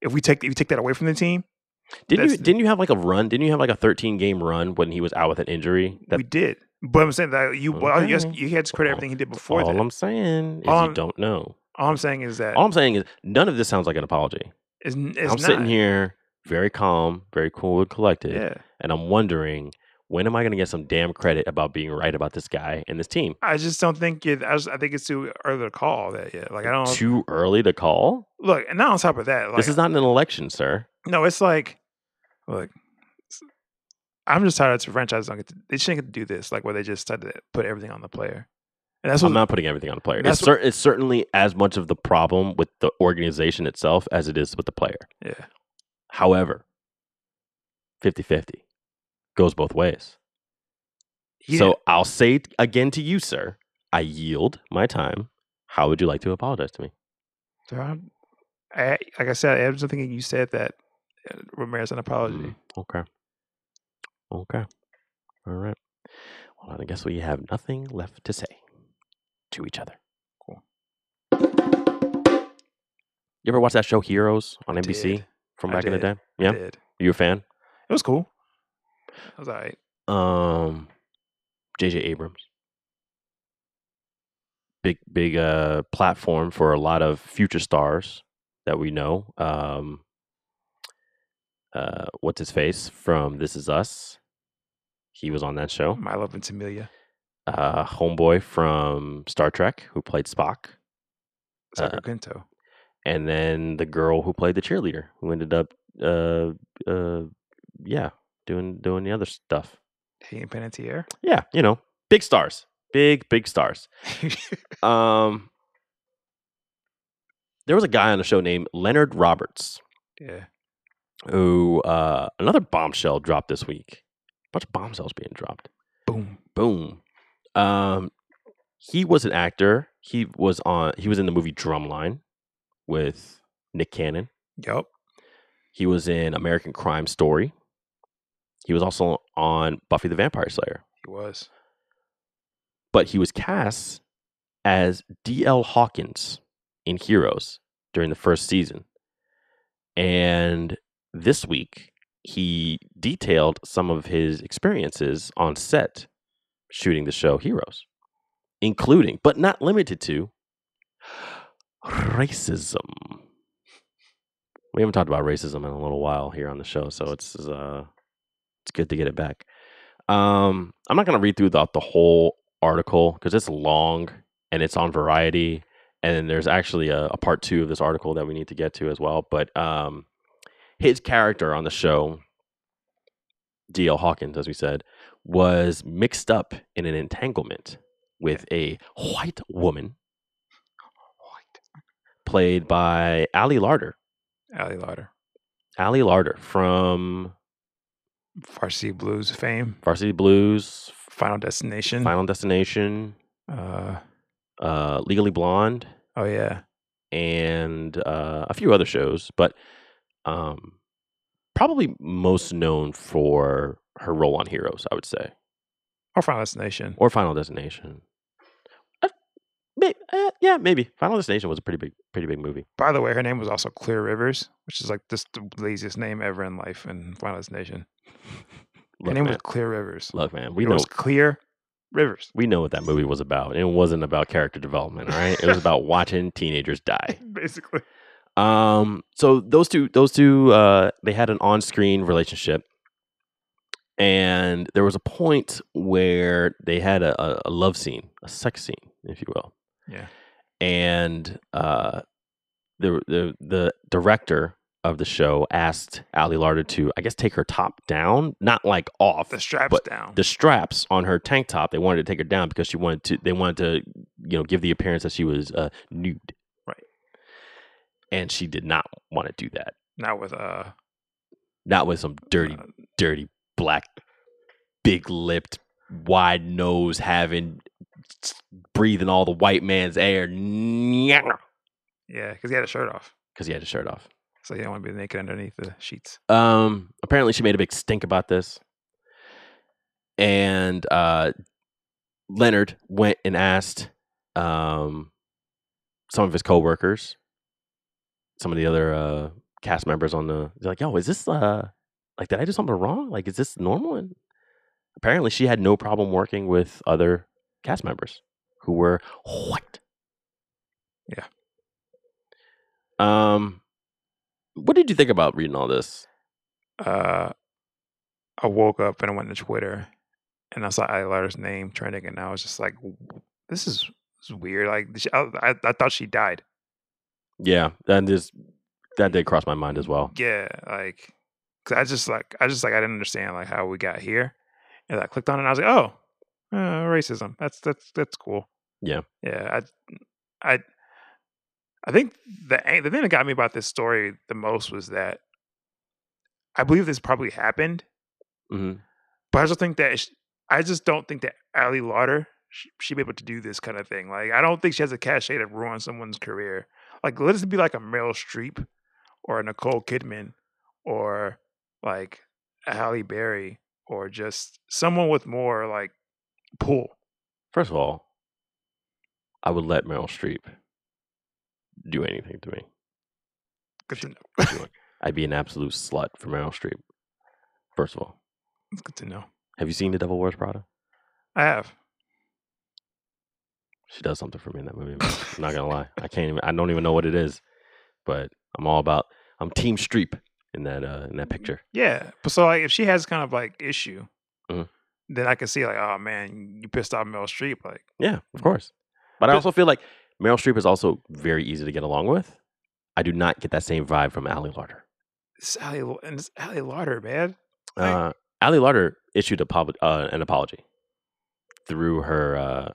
Speaker 3: if we take if you take that away from the team,
Speaker 2: didn't you
Speaker 3: that's-
Speaker 2: didn't you have like a run? Didn't you have like a 13 game run when he was out with an injury? That's
Speaker 3: we did. But I'm saying that you, well, yes,
Speaker 2: Okay.
Speaker 3: you had to credit
Speaker 2: All-
Speaker 3: everything he did before
Speaker 2: all
Speaker 3: that. Um,
Speaker 2: I'm saying is
Speaker 3: All
Speaker 2: you
Speaker 3: I'm-
Speaker 2: don't know.
Speaker 3: all I'm saying is that
Speaker 2: All I'm saying is none of this sounds like an apology.
Speaker 3: it's, it's
Speaker 2: I'm
Speaker 3: not.
Speaker 2: sitting here very calm, very cool and collected,
Speaker 3: Yeah,
Speaker 2: and I'm wondering when am I going to get some damn credit about being right about this guy and this team?
Speaker 3: I just don't think it. I, just, I think it's too early to call all that yet. Like I don't
Speaker 2: Too early to call.
Speaker 3: look. And now on top of that, Um, like
Speaker 2: this is not an election, sir.
Speaker 3: No, it's like, look, s- I'm just tired. It's a franchise. Don't get to, they shouldn't get to do this. Like where they just had to put everything on the player, and that's what
Speaker 2: I'm not putting everything on the player. It's,
Speaker 3: That's
Speaker 2: cer- it's certainly as much of the problem with the organization itself as it is with the player.
Speaker 3: yeah.
Speaker 2: However, 50 50 goes both ways.
Speaker 3: He
Speaker 2: So
Speaker 3: didn't-
Speaker 2: I'll say it again to you, sir. I yield my time. How would you like to apologize to me?
Speaker 3: so I'm- I, like I said, I was thinking you said that uh, Ramirez an apology.
Speaker 2: Mm, Okay. Okay. All right. Well, I guess we have nothing left to say to each other.
Speaker 3: Cool.
Speaker 2: You ever watch that show Heroes on
Speaker 3: I
Speaker 2: NBC
Speaker 3: did.
Speaker 2: from
Speaker 3: I
Speaker 2: back in the
Speaker 3: did.
Speaker 2: day? Yeah,
Speaker 3: Did.
Speaker 2: you a fan?
Speaker 3: It was cool. It was all right.
Speaker 2: Um, J.J. Abrams. Big big uh platform for a lot of future stars that we know. Um, uh, what's his face from This Is Us? He was on that show.
Speaker 3: My love and Tamelia.
Speaker 2: Uh, homeboy from Star Trek who played Spock.
Speaker 3: Sacco Quinto.
Speaker 2: and then the girl who played the cheerleader who ended up uh uh yeah doing doing the other stuff
Speaker 3: Hayden Panettiere.
Speaker 2: yeah you know big stars big big stars um there was a guy on the show named leonard roberts
Speaker 3: yeah.
Speaker 2: who uh another bombshell dropped this week bunch of bombshells being dropped
Speaker 3: Boom.
Speaker 2: boom um he was an actor he was on he was in the movie drumline with nick cannon
Speaker 3: Yup.
Speaker 2: He was in American Crime Story. He was also on Buffy the Vampire Slayer.
Speaker 3: He was.
Speaker 2: But he was cast as D.L. Hawkins in Heroes during the first season. And this week, he detailed some of his experiences on set shooting the show Heroes, including, but not limited to, racism. We haven't talked about racism in a little while here on the show, so it's uh, it's good to get it back. Um, I'm not going to read through the, the whole article because it's long and it's on Variety, and there's actually a, a part two of this article that we need to get to as well. But um, his character on the show, D.L. Hawkins, as we said, was mixed up in an entanglement with a white woman played by Ali Larder.
Speaker 3: Allie Lauder.
Speaker 2: Ali Larder from
Speaker 3: Farsi Blues fame.
Speaker 2: Varsity Blues,
Speaker 3: Final Destination.
Speaker 2: Final Destination,
Speaker 3: Uh,
Speaker 2: uh, Legally Blonde,
Speaker 3: oh, yeah.
Speaker 2: and uh, a few other shows, but um, probably most known for her role on Heroes, I would say,
Speaker 3: Or Final Destination.
Speaker 2: or Final Destination. Uh, may- uh, yeah, maybe Final Destination was a pretty big, pretty big movie.
Speaker 3: By the way, her name was also Clear Rivers, which is like just the laziest name ever in life in Final Destination. (laughs) Her
Speaker 2: Look,
Speaker 3: name
Speaker 2: man,
Speaker 3: was Clear Rivers.
Speaker 2: look, man, we
Speaker 3: it
Speaker 2: know
Speaker 3: was Clear
Speaker 2: (laughs)
Speaker 3: Rivers. (laughs)
Speaker 2: we know what that movie was about. It wasn't about character development, all right?
Speaker 3: (laughs)
Speaker 2: It was about watching teenagers die.
Speaker 3: Basically.
Speaker 2: Um, so those two, those two, uh, they had an on-screen relationship, and there was a point where they had a, a, a love scene, a sex scene, if you will.
Speaker 3: Yeah.
Speaker 2: And uh, the the the director of the show asked Ali Larder to, I guess, take her top down, not like off,
Speaker 3: The straps
Speaker 2: But
Speaker 3: down.
Speaker 2: the straps on her tank top. They wanted to take her down because she wanted to. They wanted to, you know, give the appearance that she was uh, nude.
Speaker 3: Right.
Speaker 2: And she did not want to do that.
Speaker 3: Not with uh,
Speaker 2: Not with some dirty,
Speaker 3: uh,
Speaker 2: dirty black, big lipped, wide nose having, breathing all the white man's air. Because
Speaker 3: yeah, because he had a shirt off.
Speaker 2: he had his shirt off.
Speaker 3: So he didn't want to be naked underneath the sheets.
Speaker 2: Um, apparently she made a big stink about this. And uh Leonard went and asked um some of his coworkers, some of the other uh cast members on the they're like, yo, is this uh like did I do something wrong? Like is this normal? And apparently she had no problem working with other cast members who were white.
Speaker 3: Yeah.
Speaker 2: Um what did you think about reading all this?
Speaker 3: uh, I woke up and I went to Twitter and I saw Ali Larder's name trending, and I was just like, "W- "This is, this is weird." Like, she, I, I, I thought she died.
Speaker 2: Yeah, that is that did cross my mind as well.
Speaker 3: Yeah, like, 'cause I just like, I just like, I didn't understand like how we got here, and I clicked on it, and I was like, "Oh, uh, racism. That's that's that's cool."
Speaker 2: Yeah.
Speaker 3: yeah. I, I, I think the ang- the thing that got me about this story the most was that I believe this probably happened.
Speaker 2: hmm
Speaker 3: But I just think that sh I just don't think that Ali Lauder sh- she'd be able to do this kind of thing. Like I don't think she has a cachet to ruin someone's career. Like let us be like a Meryl Streep or a Nicole Kidman or like a Halle Berry or just someone with more like pool.
Speaker 2: First of all, I would let Meryl Streep do anything to me.
Speaker 3: Good to know.
Speaker 2: I'd be an absolute slut for Meryl Streep. First of all,
Speaker 3: It's good to know.
Speaker 2: have you seen The Devil Wears Prada?
Speaker 3: I have.
Speaker 2: She does something for me in that movie. man. I'm not gonna lie, I can't even. I don't even know what it is, but I'm all about. I'm Team Streep in that uh, in that picture.
Speaker 3: Yeah. But so like if she has kind of like issue,
Speaker 2: Mhm.
Speaker 3: then I can see like, oh man, you pissed off Meryl Streep. Like
Speaker 2: Yeah, of course. But I
Speaker 3: But-
Speaker 2: also feel like Meryl Streep is also very easy to get along with. I do not get that same vibe from Ali Larter.
Speaker 3: it's Ally, Lau- and it's Ally Lauder, man. Right.
Speaker 2: Uh, Ali Larter issued a pub- uh, an apology through her uh,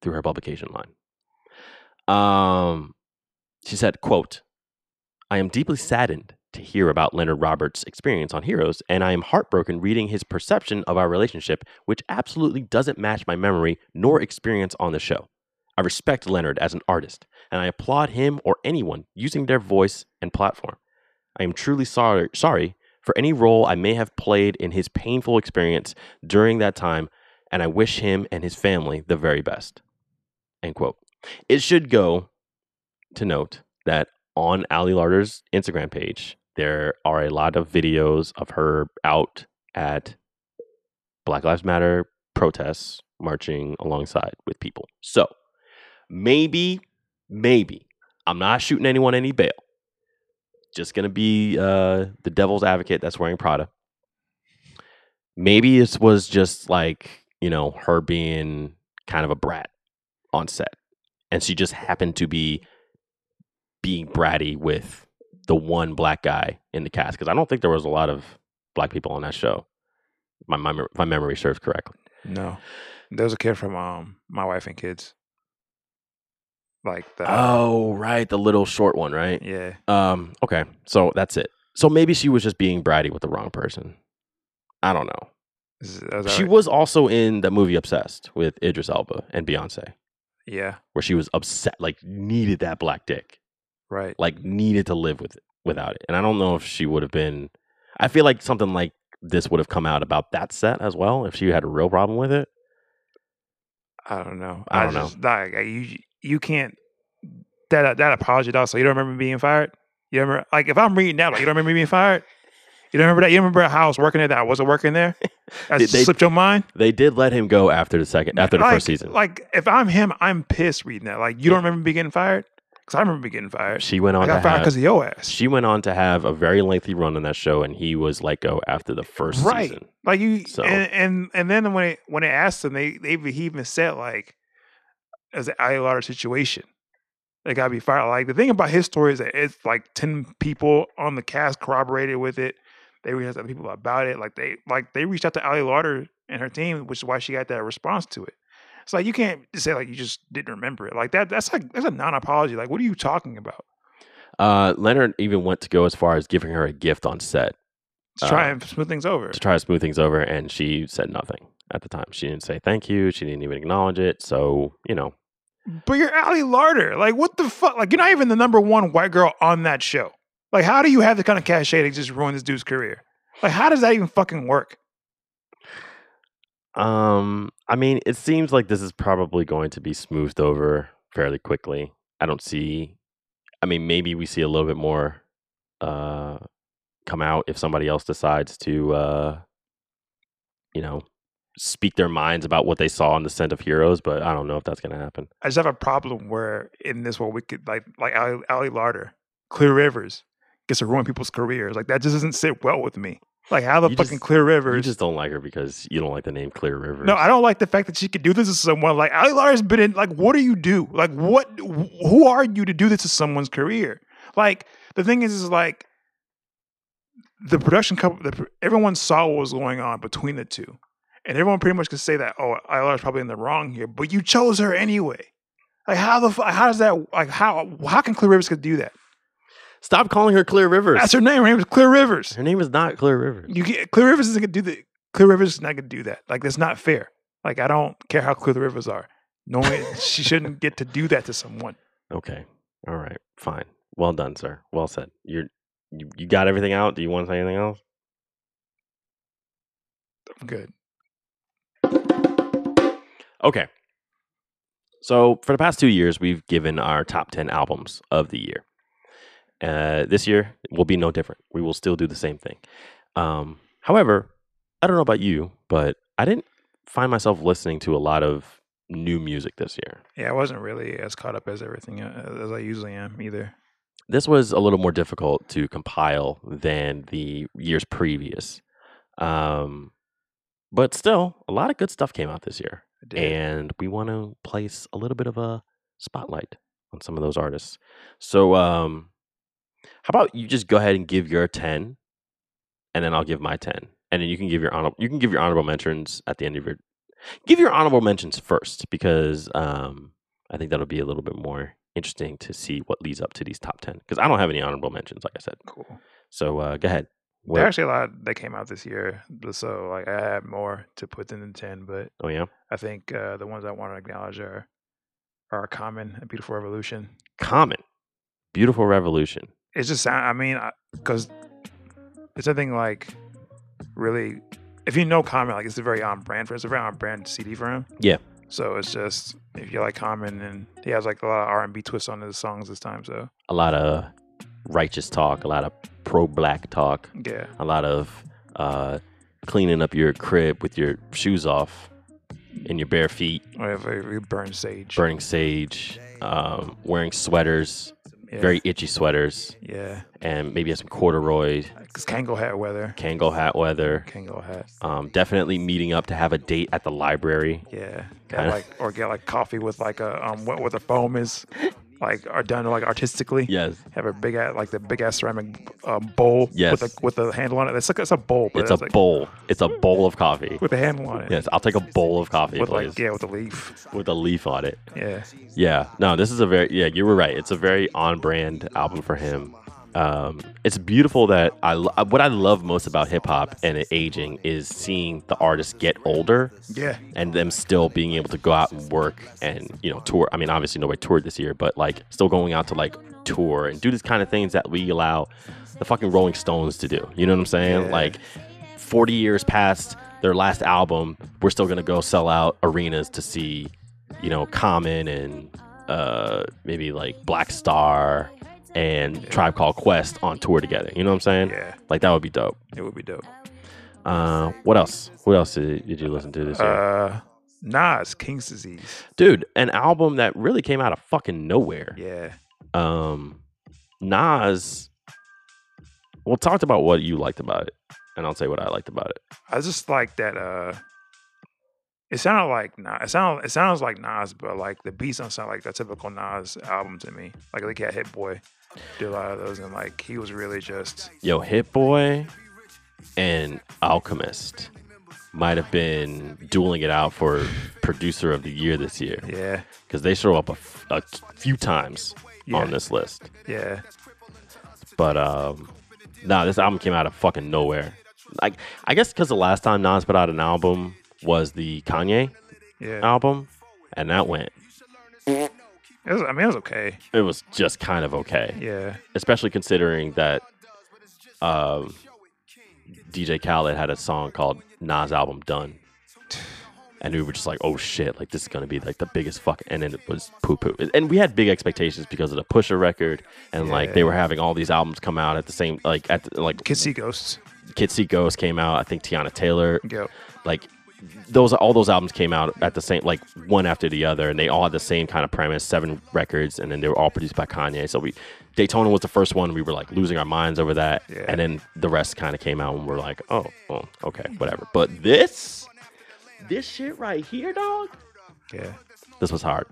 Speaker 2: through her publication line. Um, she said, "quote I am deeply saddened to hear about Leonard Roberts' experience on Heroes, and I am heartbroken reading his perception of our relationship, which absolutely doesn't match my memory nor experience on the show. I respect Leonard as an artist, and I applaud him or anyone using their voice and platform. I am truly sorry sorry for any role I may have played in his painful experience during that time, and I wish him and his family the very best. End quote. It should go to note that on Ali Larder's Instagram page, there are a lot of videos of her out at Black Lives Matter protests, marching alongside with people. So maybe, maybe, I'm not shooting anyone any bail just gonna be uh, the devil's advocate that's wearing Prada. Maybe this was just like you know her being kind of a brat on set, and she just happened to be being bratty with the one black guy in the cast because I don't think there was a lot of black people on that show. My my, if my memory serves correctly.
Speaker 3: No. There was a kid from um my wife and kids. Like the
Speaker 2: Oh right, the little short one, right?
Speaker 3: Yeah.
Speaker 2: Um, okay, so that's it. So maybe she was just being bratty with the wrong person. I don't know.
Speaker 3: Is- is that
Speaker 2: She
Speaker 3: right?
Speaker 2: was also in that movie Obsessed with Idris Elba and Beyonce,
Speaker 3: Yeah.
Speaker 2: where she was upset, like needed that black dick,
Speaker 3: Right.
Speaker 2: like needed to live with without it. And I don't know if she would have been. I feel like something like this would have come out about that set as well if she had a real problem with it.
Speaker 3: I don't know.
Speaker 2: I don't know.
Speaker 3: just- Like, I- you you can't that that apology dog. So you don't remember being fired? You remember like if I'm reading that, like you don't remember being fired? You don't remember that? You remember how I was working there that I wasn't working there? That
Speaker 2: Did they-
Speaker 3: slipped your mind?
Speaker 2: They did let him go after the second, after the
Speaker 3: like,
Speaker 2: first season.
Speaker 3: Like if I'm him, I'm pissed reading that. Like you don't remember me getting fired? Because I remember me getting fired.
Speaker 2: she went
Speaker 3: I
Speaker 2: on to
Speaker 3: got fired because
Speaker 2: have,
Speaker 3: of your ass.
Speaker 2: she went on to have a very lengthy run on that show, and he was let go after the first
Speaker 3: right.
Speaker 2: season.
Speaker 3: Like you,
Speaker 2: So-
Speaker 3: and, and and then when it, when it asked him, they they he even said like, as an Aguilar situation, they got to be fired. Like the thing about his story is that it's like ten people on the cast corroborated with it. They reached out to people about it. Like they like they reached out to Ali Lauder and her team, which is why she got that response to it. It's like you can't just say like you just didn't remember it. Like that that's like that's a non apology. Like what are you talking about?
Speaker 2: Uh, Leonard even went to go as far as giving her a gift on set.
Speaker 3: To try
Speaker 2: Uh,
Speaker 3: and smooth things over.
Speaker 2: to try to smooth things over, and she said nothing at the time. She didn't say thank you. She didn't even acknowledge it. So you know,
Speaker 3: But you're Ally Larder. Like, what the fuck? Like, you're not even the number one white girl on that show. Like, how do you have the kind of cachet to just ruin this dude's career? Like, how does that even fucking work?
Speaker 2: um, I mean, it seems like this is probably going to be smoothed over fairly quickly. I don't see. I mean, maybe we see a little bit more uh, come out if somebody else decides to, uh, you know, speak their minds about what they saw on the set of Heroes. But I don't know if that's going to happen.
Speaker 3: I just have a problem where in this world we could like like Ally, Ally Larder, Clear Rivers gets to ruin people's careers. Like that just doesn't sit well with me. Like how the
Speaker 2: You
Speaker 3: fucking
Speaker 2: just-
Speaker 3: Clear
Speaker 2: You
Speaker 3: Rivers.
Speaker 2: just don't like her because you don't like the name Clear Rivers.
Speaker 3: no, I don't like the fact that she could do this to someone. Like Ally Larder's been in. Like, what do you do? Like, what? wh- Who are you to do this to someone's career? Like, the thing is, is like the production company, the, pr- everyone saw what was going on between the two. And everyone pretty much could say that, oh, Ilar's probably in the wrong here, but you chose her anyway. Like, how the, f- how does that, like, how, how can Clear Rivers could do that?
Speaker 2: Stop calling her Clear Rivers.
Speaker 3: That's her name. Her name is Clear Rivers.
Speaker 2: Her name is not Clear Rivers.
Speaker 3: You get, Clear Rivers isn't going to do that. Clear Rivers is not going to do that. Like, that's not fair. Like, I don't care how clear the rivers are. No one, she shouldn't get to do that to someone.
Speaker 2: Okay. All right. Fine. Well done, sir. Well said. You're you, you got everything out. Do you want to say anything else?
Speaker 3: I'm good.
Speaker 2: Okay. So for the past two years, we've given our top ten albums of the year. Uh, this year will be no different. We will still do the same thing. Um, however, I don't know about you, but I didn't find myself listening to a lot of new music this year.
Speaker 3: Yeah, I wasn't really as caught up as everything uh, as I usually am either.
Speaker 2: This was a little more difficult to compile than the years previous. Um, but still, a lot of good stuff came out this year.
Speaker 3: I did.
Speaker 2: and we want to place a little bit of a spotlight on some of those artists. So, um, how about you just go ahead and give your ten, and then I'll give my ten, and then you can give your honorable you can give your honorable mentions at the end of your give your honorable mentions first because um, I think that'll be a little bit more interesting to see what leads up to these top ten because I don't have any honorable mentions, like I said.
Speaker 3: cool.
Speaker 2: So uh, go ahead.
Speaker 3: There
Speaker 2: What-
Speaker 3: are actually a lot that came out this year, but so like I had more to put than the ten, but
Speaker 2: oh yeah,
Speaker 3: I think uh, the ones I want to acknowledge are are Common and Beautiful Revolution.
Speaker 2: Common, Beautiful Revolution.
Speaker 3: It's just sound. I mean, because it's something like really. If you know Common, like it's a very on brand for it's a very on brand CD for him.
Speaker 2: Yeah.
Speaker 3: So it's just if you like Common, and he has like a lot of R and B twists on his songs this time. So
Speaker 2: a lot of righteous talk, a lot of pro black talk,
Speaker 3: yeah,
Speaker 2: a lot of uh, cleaning up your crib with your shoes off and your bare feet,
Speaker 3: whatever. He burns sage.
Speaker 2: burning sage, um, wearing sweaters,
Speaker 3: Yeah.
Speaker 2: very itchy sweaters,
Speaker 3: Yeah.
Speaker 2: and maybe some corduroy,
Speaker 3: Because Kango hat weather.
Speaker 2: Kango hat weather.
Speaker 3: Kango hat.
Speaker 2: Um, definitely meeting up to have a date at the library.
Speaker 3: Yeah, get
Speaker 2: Kinda.
Speaker 3: like or get like coffee with like a um what what the foam is, like are done like artistically.
Speaker 2: Yes,
Speaker 3: Have a big ass like the big ass ceramic um, bowl.
Speaker 2: Yes.
Speaker 3: With a with a handle on it. It's like it's a bowl, but
Speaker 2: it's a
Speaker 3: like,
Speaker 2: bowl. It's a bowl of coffee.
Speaker 3: with a handle on it.
Speaker 2: Yes, I'll take a bowl of coffee,
Speaker 3: With
Speaker 2: please,
Speaker 3: like yeah, with a leaf.
Speaker 2: with a leaf on it.
Speaker 3: Yeah.
Speaker 2: Yeah, no, this is a very yeah. You were right. It's a very on-brand album for him. Um, it's beautiful that I lo- what I love most about hip hop and it aging is seeing the artists get older
Speaker 3: Yeah.
Speaker 2: and them still being able to go out and work and you know tour. I mean, obviously nobody toured this year, but like still going out to like tour and do these kind of things that we allow the fucking Rolling Stones to do. You know what I'm saying?
Speaker 3: Yeah.
Speaker 2: Like 40 years past their last album, we're still gonna go sell out arenas to see, you know, Common and uh, maybe like Black Star and Tribe Called Quest on tour together. You know what I'm saying?
Speaker 3: Yeah.
Speaker 2: Like that would be dope.
Speaker 3: It would be dope.
Speaker 2: Uh, what else? What else did, did you listen to this year?
Speaker 3: Uh, Nas, King's disease.
Speaker 2: dude an album that really came out of fucking nowhere
Speaker 3: Yeah.
Speaker 2: um nas well talked about what you liked about it and i'll say what i liked about it
Speaker 3: I just like that. Uh, it sounded like Nas. It sound, It sounds like Nas, but like the beats don't sound like a typical Nas album to me. Like like he had Hit Boy, did a lot of those, and like he was really just
Speaker 2: yo hit boy and alchemist might have been dueling it out for producer of the year this year
Speaker 3: yeah,
Speaker 2: because they show up a, f- a few times
Speaker 3: Yeah.
Speaker 2: on this list
Speaker 3: yeah,
Speaker 2: But um, nah, this album came out of fucking nowhere. Like, I guess because the last time Nas put out an album was the Kanye
Speaker 3: yeah.
Speaker 2: album, and that went.
Speaker 3: It was, I mean, it was okay.
Speaker 2: It was just kind of okay,
Speaker 3: Yeah,
Speaker 2: especially considering that um, DJ Khaled had a song called Nas album done, and we were just like, oh shit, like this is gonna be like the biggest fuck, and then it was poo poo, and we had big expectations because of the Pusha record, and like they were having all these albums come out at the same like at the, like
Speaker 3: Kids See Ghosts.
Speaker 2: Kids See Ghost came out. I think Tiana Taylor.
Speaker 3: Go.
Speaker 2: Like those, all those albums came out at the same, like one after the other, and they all had the same kind of premise: seven records, and then they were all produced by Kanye. So we, Daytona was the first one. We were like losing our minds over that,
Speaker 3: Yeah.
Speaker 2: and then the rest kind of came out, and we're like, oh, well, okay, whatever. But this, this shit right here, dog,
Speaker 3: Yeah,
Speaker 2: this was hard.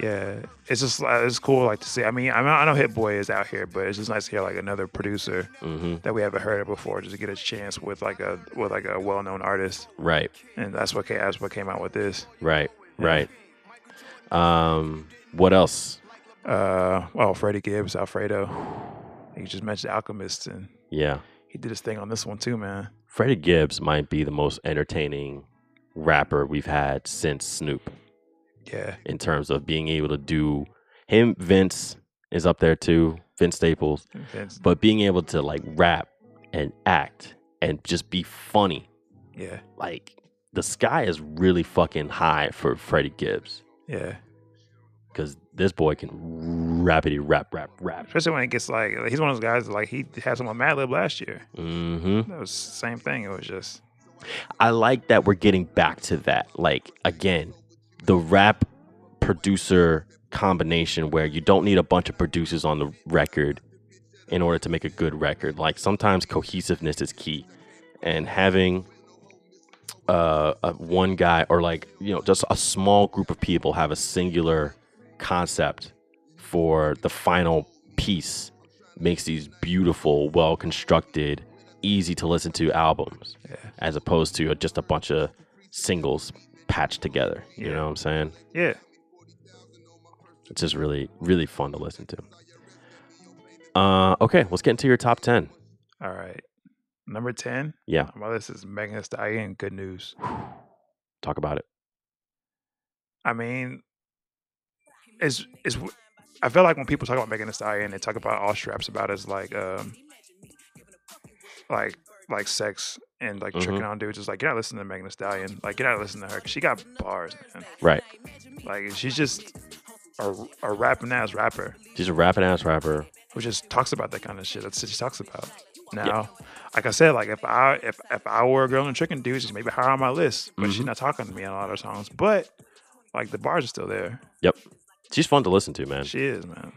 Speaker 3: yeah. It's just like it's cool, like to see. I mean, I, mean, I know Hit Boy is out here, but it's just nice to hear like another producer
Speaker 2: hmm
Speaker 3: that we haven't heard of before, just to get a chance with like a with like a well known artist,
Speaker 2: Right,
Speaker 3: and that's what came, that's what came out with this.
Speaker 2: right, right. Um, what else?
Speaker 3: uh well freddie gibbs alfredo you just mentioned alchemist and
Speaker 2: Yeah.
Speaker 3: he did his thing on this one too man
Speaker 2: Freddie Gibbs might be the most entertaining rapper we've had since Snoop
Speaker 3: yeah
Speaker 2: in terms of being able to do him. Vince is up there too, Vince Staples,
Speaker 3: Vince-
Speaker 2: but being able to like rap and act and just be funny,
Speaker 3: yeah
Speaker 2: like the sky is really fucking high for Freddie Gibbs
Speaker 3: Yeah.
Speaker 2: because this boy can rapidly rap, rap, rap.
Speaker 3: Especially when it gets like he's one of those guys that, like he had some on Mad Lib last year.
Speaker 2: hmm
Speaker 3: That was the same thing. It was just
Speaker 2: I like that we're getting back to that. Like again, the rap producer combination where you don't need a bunch of producers on the record in order to make a good record. Like sometimes cohesiveness is key, and having uh, a one guy or like you know just a small group of people have a singular concept for the final piece makes these beautiful, well constructed, easy to listen to albums as opposed to just a bunch of singles patched together. You
Speaker 3: Yeah.
Speaker 2: know what I'm saying?
Speaker 3: yeah.
Speaker 2: It's just really, really fun to listen to. Uh, okay, let's get into your top 10.
Speaker 3: All right. Number ten. Oh,
Speaker 2: Yeah,
Speaker 3: My list is Megan Thee Stallion. Good news.
Speaker 2: talk about it.
Speaker 3: I mean, it's it's. I feel like when people talk about Megan Thee Stallion, they talk about all straps about is like um, like like sex and
Speaker 2: Mm-hmm.
Speaker 3: like tricking on dudes. It's like you're not listening to Megan Thee Stallion. Like you're not listening to her. 'cause She got bars, man.
Speaker 2: Right.
Speaker 3: Like she's just a, a rapping ass rapper
Speaker 2: She's a rapping ass rapper.
Speaker 3: who just talks about that kind of shit. That's what she talks about. Now, like I said, like if I if if I were a girl in tricking dudes, she's maybe higher on my list, but
Speaker 2: Mm-hmm.
Speaker 3: she's not talking to me on a lot of her songs. But like the bars are still there.
Speaker 2: Yep. She's fun to listen to, man.
Speaker 3: She is, man.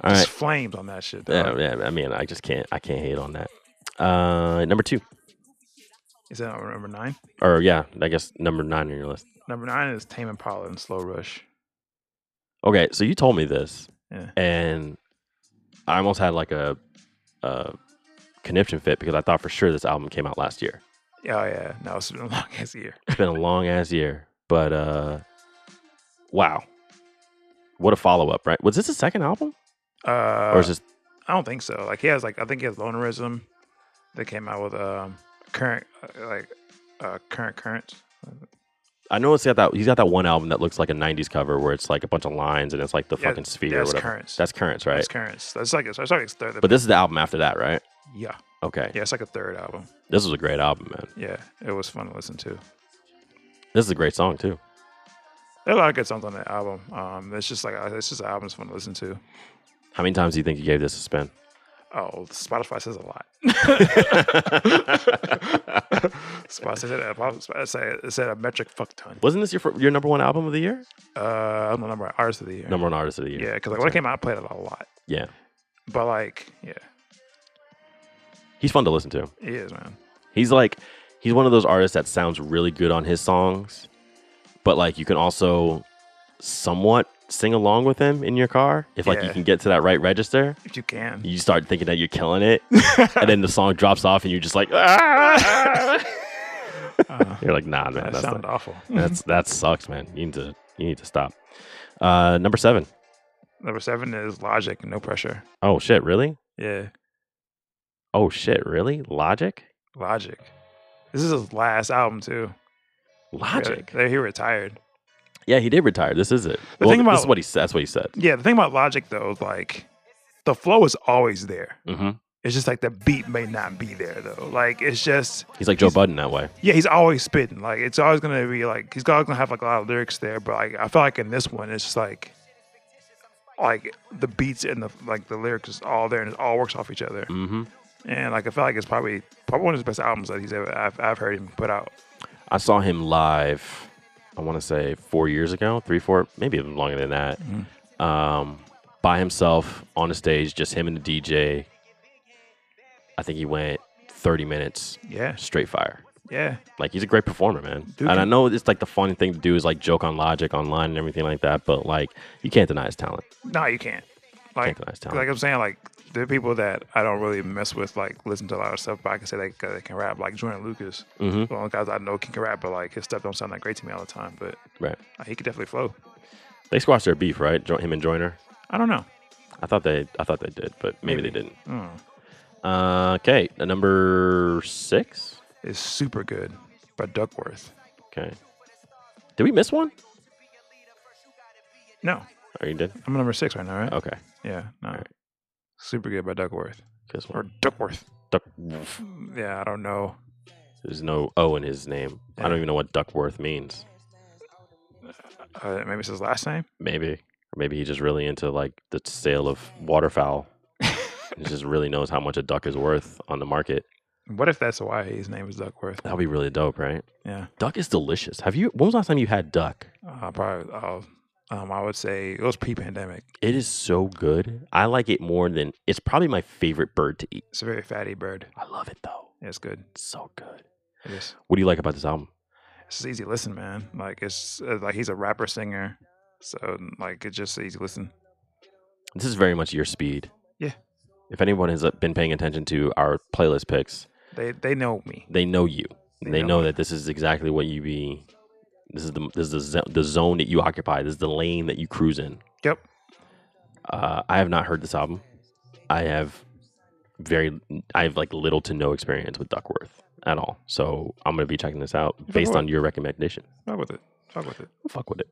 Speaker 2: All
Speaker 3: Just
Speaker 2: right.
Speaker 3: flames on that shit.
Speaker 2: Yeah,
Speaker 3: dog.
Speaker 2: yeah, I mean, I just can't, I can't hate on that. Uh, number two,
Speaker 3: Is that number nine?
Speaker 2: or yeah, I guess number nine on your list.
Speaker 3: Number nine is Tame Impala and Slow Rush.
Speaker 2: Okay, so you told me this,
Speaker 3: Yeah.
Speaker 2: and I almost had like a, a conniption fit because I thought for sure this album came out last year.
Speaker 3: Yeah, Oh yeah, no, it's been a long ass year.
Speaker 2: It's been a long ass year, but uh, wow, what a follow up, right? Was this his second album,
Speaker 3: Uh,
Speaker 2: or is this
Speaker 3: I don't think so. Like he has like I think he has Lonerism. That came out with um current uh, like uh current current.
Speaker 2: I know it's got that he's got that one album that looks like a '90s cover where it's like a bunch of lines and it's like the
Speaker 3: Yeah,
Speaker 2: fucking sphere or
Speaker 3: that's
Speaker 2: whatever.
Speaker 3: Currents.
Speaker 2: That's currents, right?
Speaker 3: That's currents. That's like it's like his third.
Speaker 2: But this is the album after that, right?
Speaker 3: yeah,
Speaker 2: Okay,
Speaker 3: yeah, it's like a third album.
Speaker 2: this was a great album, man.
Speaker 3: Yeah, it was fun to listen to.
Speaker 2: This is a great song too.
Speaker 3: There are a lot of good songs on that album. Um, it's just like uh, it's just an album's fun to listen to.
Speaker 2: How many times do you think you gave this a (laughs) spin?
Speaker 3: Oh, Spotify says a lot. Spotify said, Spotify said, it said a metric fuck ton.
Speaker 2: Wasn't this your fir- your number one album of the year?
Speaker 3: Uh, I don't know number of artists of the year.
Speaker 2: Number one artist of the year.
Speaker 3: Yeah, because like when it came out, I played it a lot.
Speaker 2: Yeah.
Speaker 3: But like, yeah,
Speaker 2: He's fun to listen to.
Speaker 3: he is man.
Speaker 2: He's like, he's one of those artists that sounds really good on his songs, but like you can also somewhat sing along with him in your car if like you
Speaker 3: Yeah.
Speaker 2: can get to that right register.
Speaker 3: If you can, (laughs)
Speaker 2: You start thinking that you're killing it, and then the song drops off, and you're just like, "Ah!" you're like, nah, man,
Speaker 3: Uh, that
Speaker 2: that's
Speaker 3: sounds
Speaker 2: not,
Speaker 3: awful.
Speaker 2: (laughs) that's that sucks, man. You need to you need to stop. Uh, number seven.
Speaker 3: Number seven is Logic, No Pressure.
Speaker 2: Oh shit, really?
Speaker 3: Yeah,
Speaker 2: Oh shit, really? Logic?
Speaker 3: Logic. This is his last album too.
Speaker 2: Logic.
Speaker 3: Yeah, he retired.
Speaker 2: Yeah, he did retire. This is it.
Speaker 3: The
Speaker 2: well,
Speaker 3: thing
Speaker 2: this is
Speaker 3: about-
Speaker 2: what he said. That's what he said.
Speaker 3: Yeah, the thing about Logic though is like, the flow is always there.
Speaker 2: hmm
Speaker 3: It's just like the beat may not be there though. Like it's just
Speaker 2: He's like Joe Budden that way.
Speaker 3: yeah, he's always spitting. Like it's always gonna be like he's always gonna have like a lot of lyrics there. But like I feel like in this one, it's just like like the beats and the like the lyrics is all there and it all works off each other.
Speaker 2: hmm
Speaker 3: And like I feel like it's probably probably one of his best albums that he's ever I've, I've heard him put out.
Speaker 2: I saw him live. I want to say four years ago, three, four, maybe even longer than that.
Speaker 3: Mm-hmm.
Speaker 2: Um, by himself on the stage, just him and the DJ. I think he went thirty minutes
Speaker 3: Yeah,
Speaker 2: straight fire.
Speaker 3: yeah,
Speaker 2: Like he's a great performer, man.
Speaker 3: Dude
Speaker 2: and I
Speaker 3: can-
Speaker 2: know it's like the funny thing to do is like joke on Logic online and everything like that, but like you can't deny his talent.
Speaker 3: no, you can't. Like
Speaker 2: Can't deny his talent.
Speaker 3: like I'm saying, like there are people that I don't really mess with, like listen to a lot of stuff, but I can say they, they can rap. Like Jordan Lucas,
Speaker 2: hmm
Speaker 3: one of the guys I know can rap, but like his stuff don't sound that great to me all the time. But
Speaker 2: Right.
Speaker 3: uh, he could definitely flow.
Speaker 2: They squashed their beef, right? Jo- him and Joyner.
Speaker 3: I don't know.
Speaker 2: I thought they, I thought they did, but maybe, they didn't.
Speaker 3: Mm.
Speaker 2: Uh, okay, the number six.
Speaker 3: It's super good by Duckworth.
Speaker 2: Okay, did we miss one?
Speaker 3: No,
Speaker 2: Oh, you did. Oh.
Speaker 3: I'm number six right now, right?
Speaker 2: Okay,
Speaker 3: Yeah, no.
Speaker 2: Alright.
Speaker 3: Super good by Duckworth
Speaker 2: this
Speaker 3: or
Speaker 2: one.
Speaker 3: Duckworth.
Speaker 2: Duck-
Speaker 3: Yeah, I don't know.
Speaker 2: There's no O in his name. I don't even know what Duckworth means.
Speaker 3: Uh, maybe it's his last name.
Speaker 2: Maybe, or maybe he just really into like the sale of (laughs) waterfowl. he just really knows how much a duck is worth on the market.
Speaker 3: What if that's why his name is Duckworth?
Speaker 2: That'd be really dope, right?
Speaker 3: Yeah,
Speaker 2: Duck is delicious. Have you? When was the last time you had duck?
Speaker 3: uh, probably. Uh, um, I would say it was pre-pandemic.
Speaker 2: It is so good. I like it more than it's probably my favorite bird to eat.
Speaker 3: It's a very fatty bird.
Speaker 2: I love it though.
Speaker 3: Yeah, it's good.
Speaker 2: It's so good.
Speaker 3: It is.
Speaker 2: What do you like about this album?
Speaker 3: It's easy to listen, man. Like it's uh, like he's a rapper singer, so like it's just easy to listen.
Speaker 2: This is very much your speed.
Speaker 3: Yeah.
Speaker 2: If anyone has uh, been paying attention to our playlist picks,
Speaker 3: They they know me.
Speaker 2: they know you. They,
Speaker 3: They
Speaker 2: they
Speaker 3: know
Speaker 2: know
Speaker 3: me.
Speaker 2: that this is exactly what you be. This is the this is the, zo- the zone that you occupy. This is the lane that you cruise in.
Speaker 3: Yep.
Speaker 2: Uh, I have not heard this album. I have very I have like little to no experience with Duckworth at all. So I'm gonna be checking this out based on your recommendation.
Speaker 3: Fuck with it. Fuck with it.
Speaker 2: Fuck with it.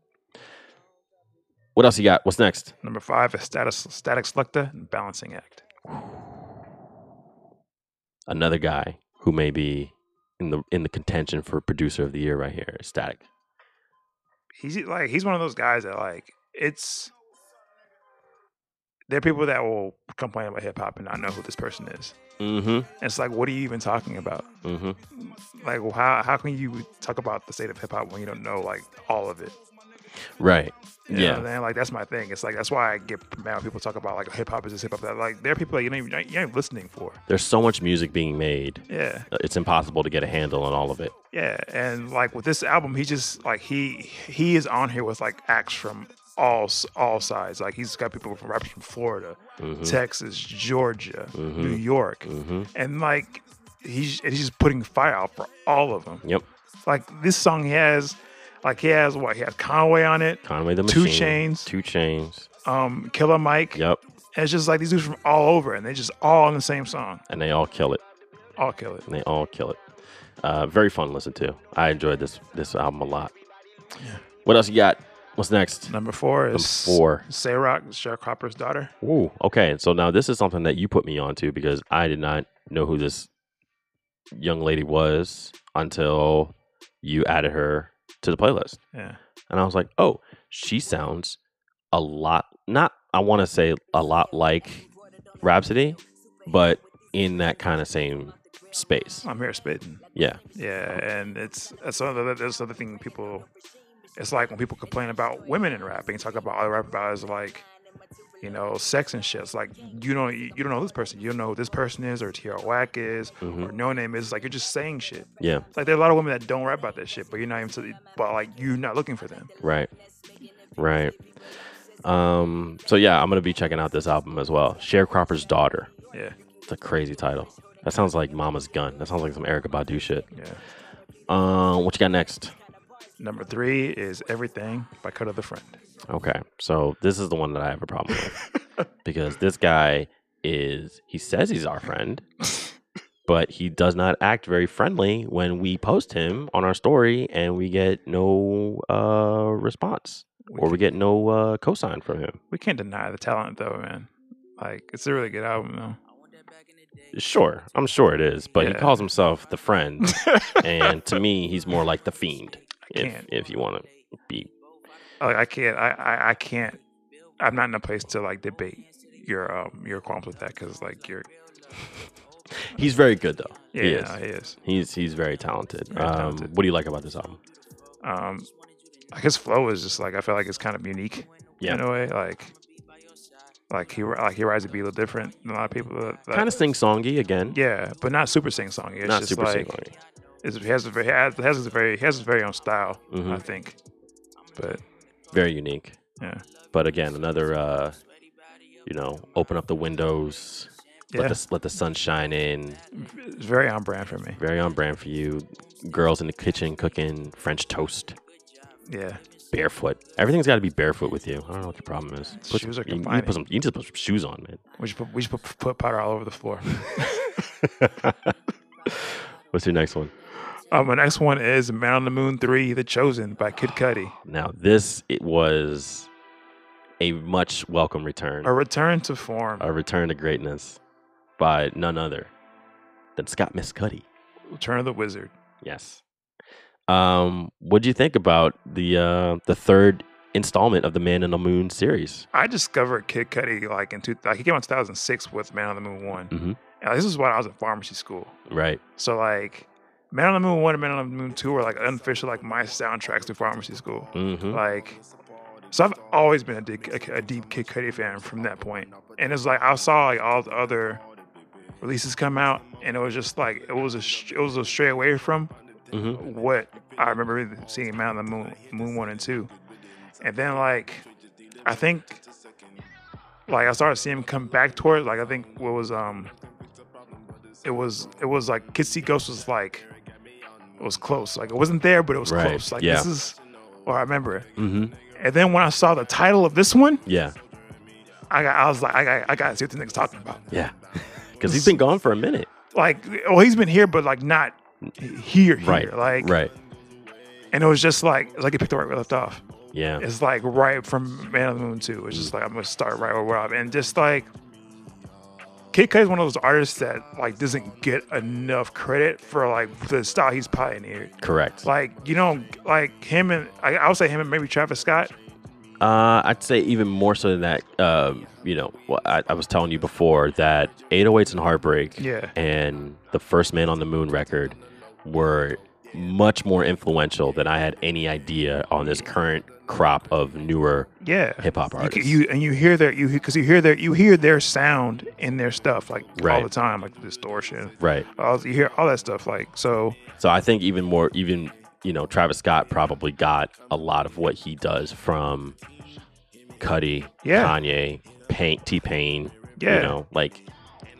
Speaker 2: What else you got? What's next?
Speaker 3: Number five is status static selector and balancing act.
Speaker 2: Another guy who may be in the in the contention for producer of the year right here, Static.
Speaker 3: he's like he's one of those guys that like it's there are people that will complain about hip hop and not know who this person is.
Speaker 2: Mm-hmm.
Speaker 3: And it's like, what are you even talking about?
Speaker 2: Mm-hmm.
Speaker 3: Like, well, how how can you talk about the state of hip hop when you don't know like all of it?
Speaker 2: Right.
Speaker 3: You know what
Speaker 2: yeah.
Speaker 3: I'm saying? like that's my thing. It's like that's why I get mad when people talk about like hip hop is this hip hop that like there are people that you don't even, you're not even listening for.
Speaker 2: There's so much music being made.
Speaker 3: Yeah,
Speaker 2: uh, It's impossible to get a handle on all of it.
Speaker 3: yeah. And like with this album, he just like he he is on here with like acts from all s- all sides. Like he's got people from rappers from Florida, Texas, Georgia, New York, and like he's and he's just putting fire out for all of them.
Speaker 2: Yep.
Speaker 3: Like this song, he has like he has what he has Conway on it,
Speaker 2: Conway the
Speaker 3: Two
Speaker 2: Machine.
Speaker 3: Chainz.
Speaker 2: Two chains.
Speaker 3: um, Killer Mike.
Speaker 2: Yep.
Speaker 3: And it's just like these dudes from all over, and they're just all on the same song.
Speaker 2: And they all kill it.
Speaker 3: All kill it.
Speaker 2: and they all kill it. Uh, very fun to listen to. I enjoyed this this album a lot. What else you got? What's next?
Speaker 3: Number four is
Speaker 2: Number four.
Speaker 3: Sayrock, Sharecropper's daughter.
Speaker 2: Ooh, okay. So now this is something that you put me onto because I did not know who this young lady was until you added her to the playlist,
Speaker 3: Yeah,
Speaker 2: and I was like, oh, she sounds a lot. Not I want to say a lot like Rhapsody, but in that kind of same space.
Speaker 3: I'm here spitting.
Speaker 2: Yeah.
Speaker 3: Yeah, and it's that's another that's another thing people. It's like when people complain about women in rap, and talk about all they rap about is like, you know, sex and shit. It's like you know you don't know this person, you don't know who this person is, or T.R. Wack is, or
Speaker 2: Mm-hmm.
Speaker 3: No Name is. It's like you're just saying shit.
Speaker 2: Yeah.
Speaker 3: Like there are a lot of women that don't rap about that shit, but you're not even. To, but like you're not looking for them.
Speaker 2: Right. Right. Um, so yeah, I'm gonna be checking out this album as well. Sharecropper's Daughter.
Speaker 3: Yeah,
Speaker 2: It's a crazy title. That sounds like Mama's Gun. That sounds like some Erica Badu shit.
Speaker 3: yeah.
Speaker 2: Um, what you got next?
Speaker 3: Number three is Everything by Cut of the Friend.
Speaker 2: Okay, so this is the one that I have a problem with
Speaker 3: (laughs)
Speaker 2: because this guy is he says he's our friend, but he does not act very friendly when we post him on our story and we get no uh response or we get no uh cosign from him.
Speaker 3: We can't deny the talent though, man. Like it's a really good album though.
Speaker 2: Sure, I'm sure it is, but he
Speaker 3: Yeah.
Speaker 2: calls himself the
Speaker 3: (laughs)
Speaker 2: friend, and to me, he's more like the fiend. If
Speaker 3: can't.
Speaker 2: if you want to be
Speaker 3: like I can't, I, I, I can't. I'm not in a place to like debate your um your qualms with that because like you're
Speaker 2: He's very good though.
Speaker 3: yeah
Speaker 2: he
Speaker 3: he
Speaker 2: is.
Speaker 3: No, he is.
Speaker 2: He's he's very talented.
Speaker 3: Very
Speaker 2: um,
Speaker 3: talented.
Speaker 2: What do you like about this album?
Speaker 3: Um, like his flow is just like I feel like it's kind of unique
Speaker 2: Yeah,
Speaker 3: in a way. Like like he like he rides a beat a little different than a lot of people. That, that-
Speaker 2: kind of sing songy again.
Speaker 3: yeah, but not super sing song. It's
Speaker 2: not
Speaker 3: just
Speaker 2: super
Speaker 3: like
Speaker 2: singy.
Speaker 3: it's, he has a very has, has his very he has his very own style.
Speaker 2: Mhm.
Speaker 3: I think, but
Speaker 2: Very unique.
Speaker 3: yeah,
Speaker 2: But again, another uh, you know, open up the windows.
Speaker 3: Yeah.
Speaker 2: Let the let the sun shine in.
Speaker 3: it's very on brand for me.
Speaker 2: Very on brand for you. Girls in the kitchen cooking French toast.
Speaker 3: Yeah,
Speaker 2: barefoot. Everything's got to be barefoot with you. I don't know what your problem is. Put
Speaker 3: Shoes are
Speaker 2: you, you, need to
Speaker 3: confining.
Speaker 2: put some, you need to put some shoes on, man.
Speaker 3: we should put, we should put, put powder all over the floor.
Speaker 2: (laughs) What's your next one?
Speaker 3: Um, my next one is Man on the Moon 3 The Chosen by Kid Cudi.
Speaker 2: Now this it was a much welcome return, Uh,
Speaker 3: A return to form.
Speaker 2: a return to greatness by none other than Scott Miscuddy.
Speaker 3: Return of the Wizard.
Speaker 2: Yes. Um, what do you think about the uh, the third installment of the Man in the Moon series?
Speaker 3: I discovered Kid Cudi like in two, like he came out in 2006 with Man on the Moon one.
Speaker 2: Mhm.
Speaker 3: And this is when I was in pharmacy school.
Speaker 2: Right.
Speaker 3: So like Man on the Moon one and Man on the Moon two were like unofficial like my soundtracks to pharmacy school.
Speaker 2: Mm-hmm.
Speaker 3: Like, so I've always been a, dick, a, a deep Kid Cudi fan from that point. And it's like I saw like all the other releases come out, and it was just like it was a sh- it was a stray away from
Speaker 2: Mm-hmm.
Speaker 3: what I remember seeing Man on the Moon Moon One and Two, and then like I think like I started seeing him come back towards like I think what was um it was it was like Kids See Ghosts was like it was close like it wasn't there but it was
Speaker 2: Right,
Speaker 3: close like
Speaker 2: yeah.
Speaker 3: this is or I remember it.
Speaker 2: Mm-hmm.
Speaker 3: and then when I saw the title of this one
Speaker 2: Yeah.
Speaker 3: I got I was like I got I got to see what the nigga's talking about
Speaker 2: Yeah. (laughs) Because he's been gone for a minute.
Speaker 3: like well he's been here but like not here, here.
Speaker 2: Right.
Speaker 3: like
Speaker 2: right.
Speaker 3: and it was just like it's like it picked the right where it left off
Speaker 2: Yeah.
Speaker 3: It's like right from Man on the Moon 2. It's just like I'm gonna start right where we're at. And just like Kid Cudi is one of those artists that like doesn't get enough credit for like the style he's pioneered.
Speaker 2: Correct.
Speaker 3: Like, you know, like him and I, I would say him and maybe Travis Scott.
Speaker 2: Uh, I'd say even more so than that. Um, you know, what I, I was telling you before that 808s and Heartbreak
Speaker 3: Yeah.
Speaker 2: and the first Man on the Moon record were much more influential than I had any idea on this current crop of newer
Speaker 3: Yeah.
Speaker 2: hip hop
Speaker 3: You,
Speaker 2: artists.
Speaker 3: you and you hear their you because you hear their you hear their sound in their stuff like all
Speaker 2: Right.
Speaker 3: the time like the distortion
Speaker 2: right.
Speaker 3: all, you hear all that stuff like so
Speaker 2: So I think even more, even you know, Travis Scott probably got a lot of what he does from Cuddy,
Speaker 3: Yeah.
Speaker 2: Kanye, Pain, T Pain.
Speaker 3: Yeah.
Speaker 2: You know, like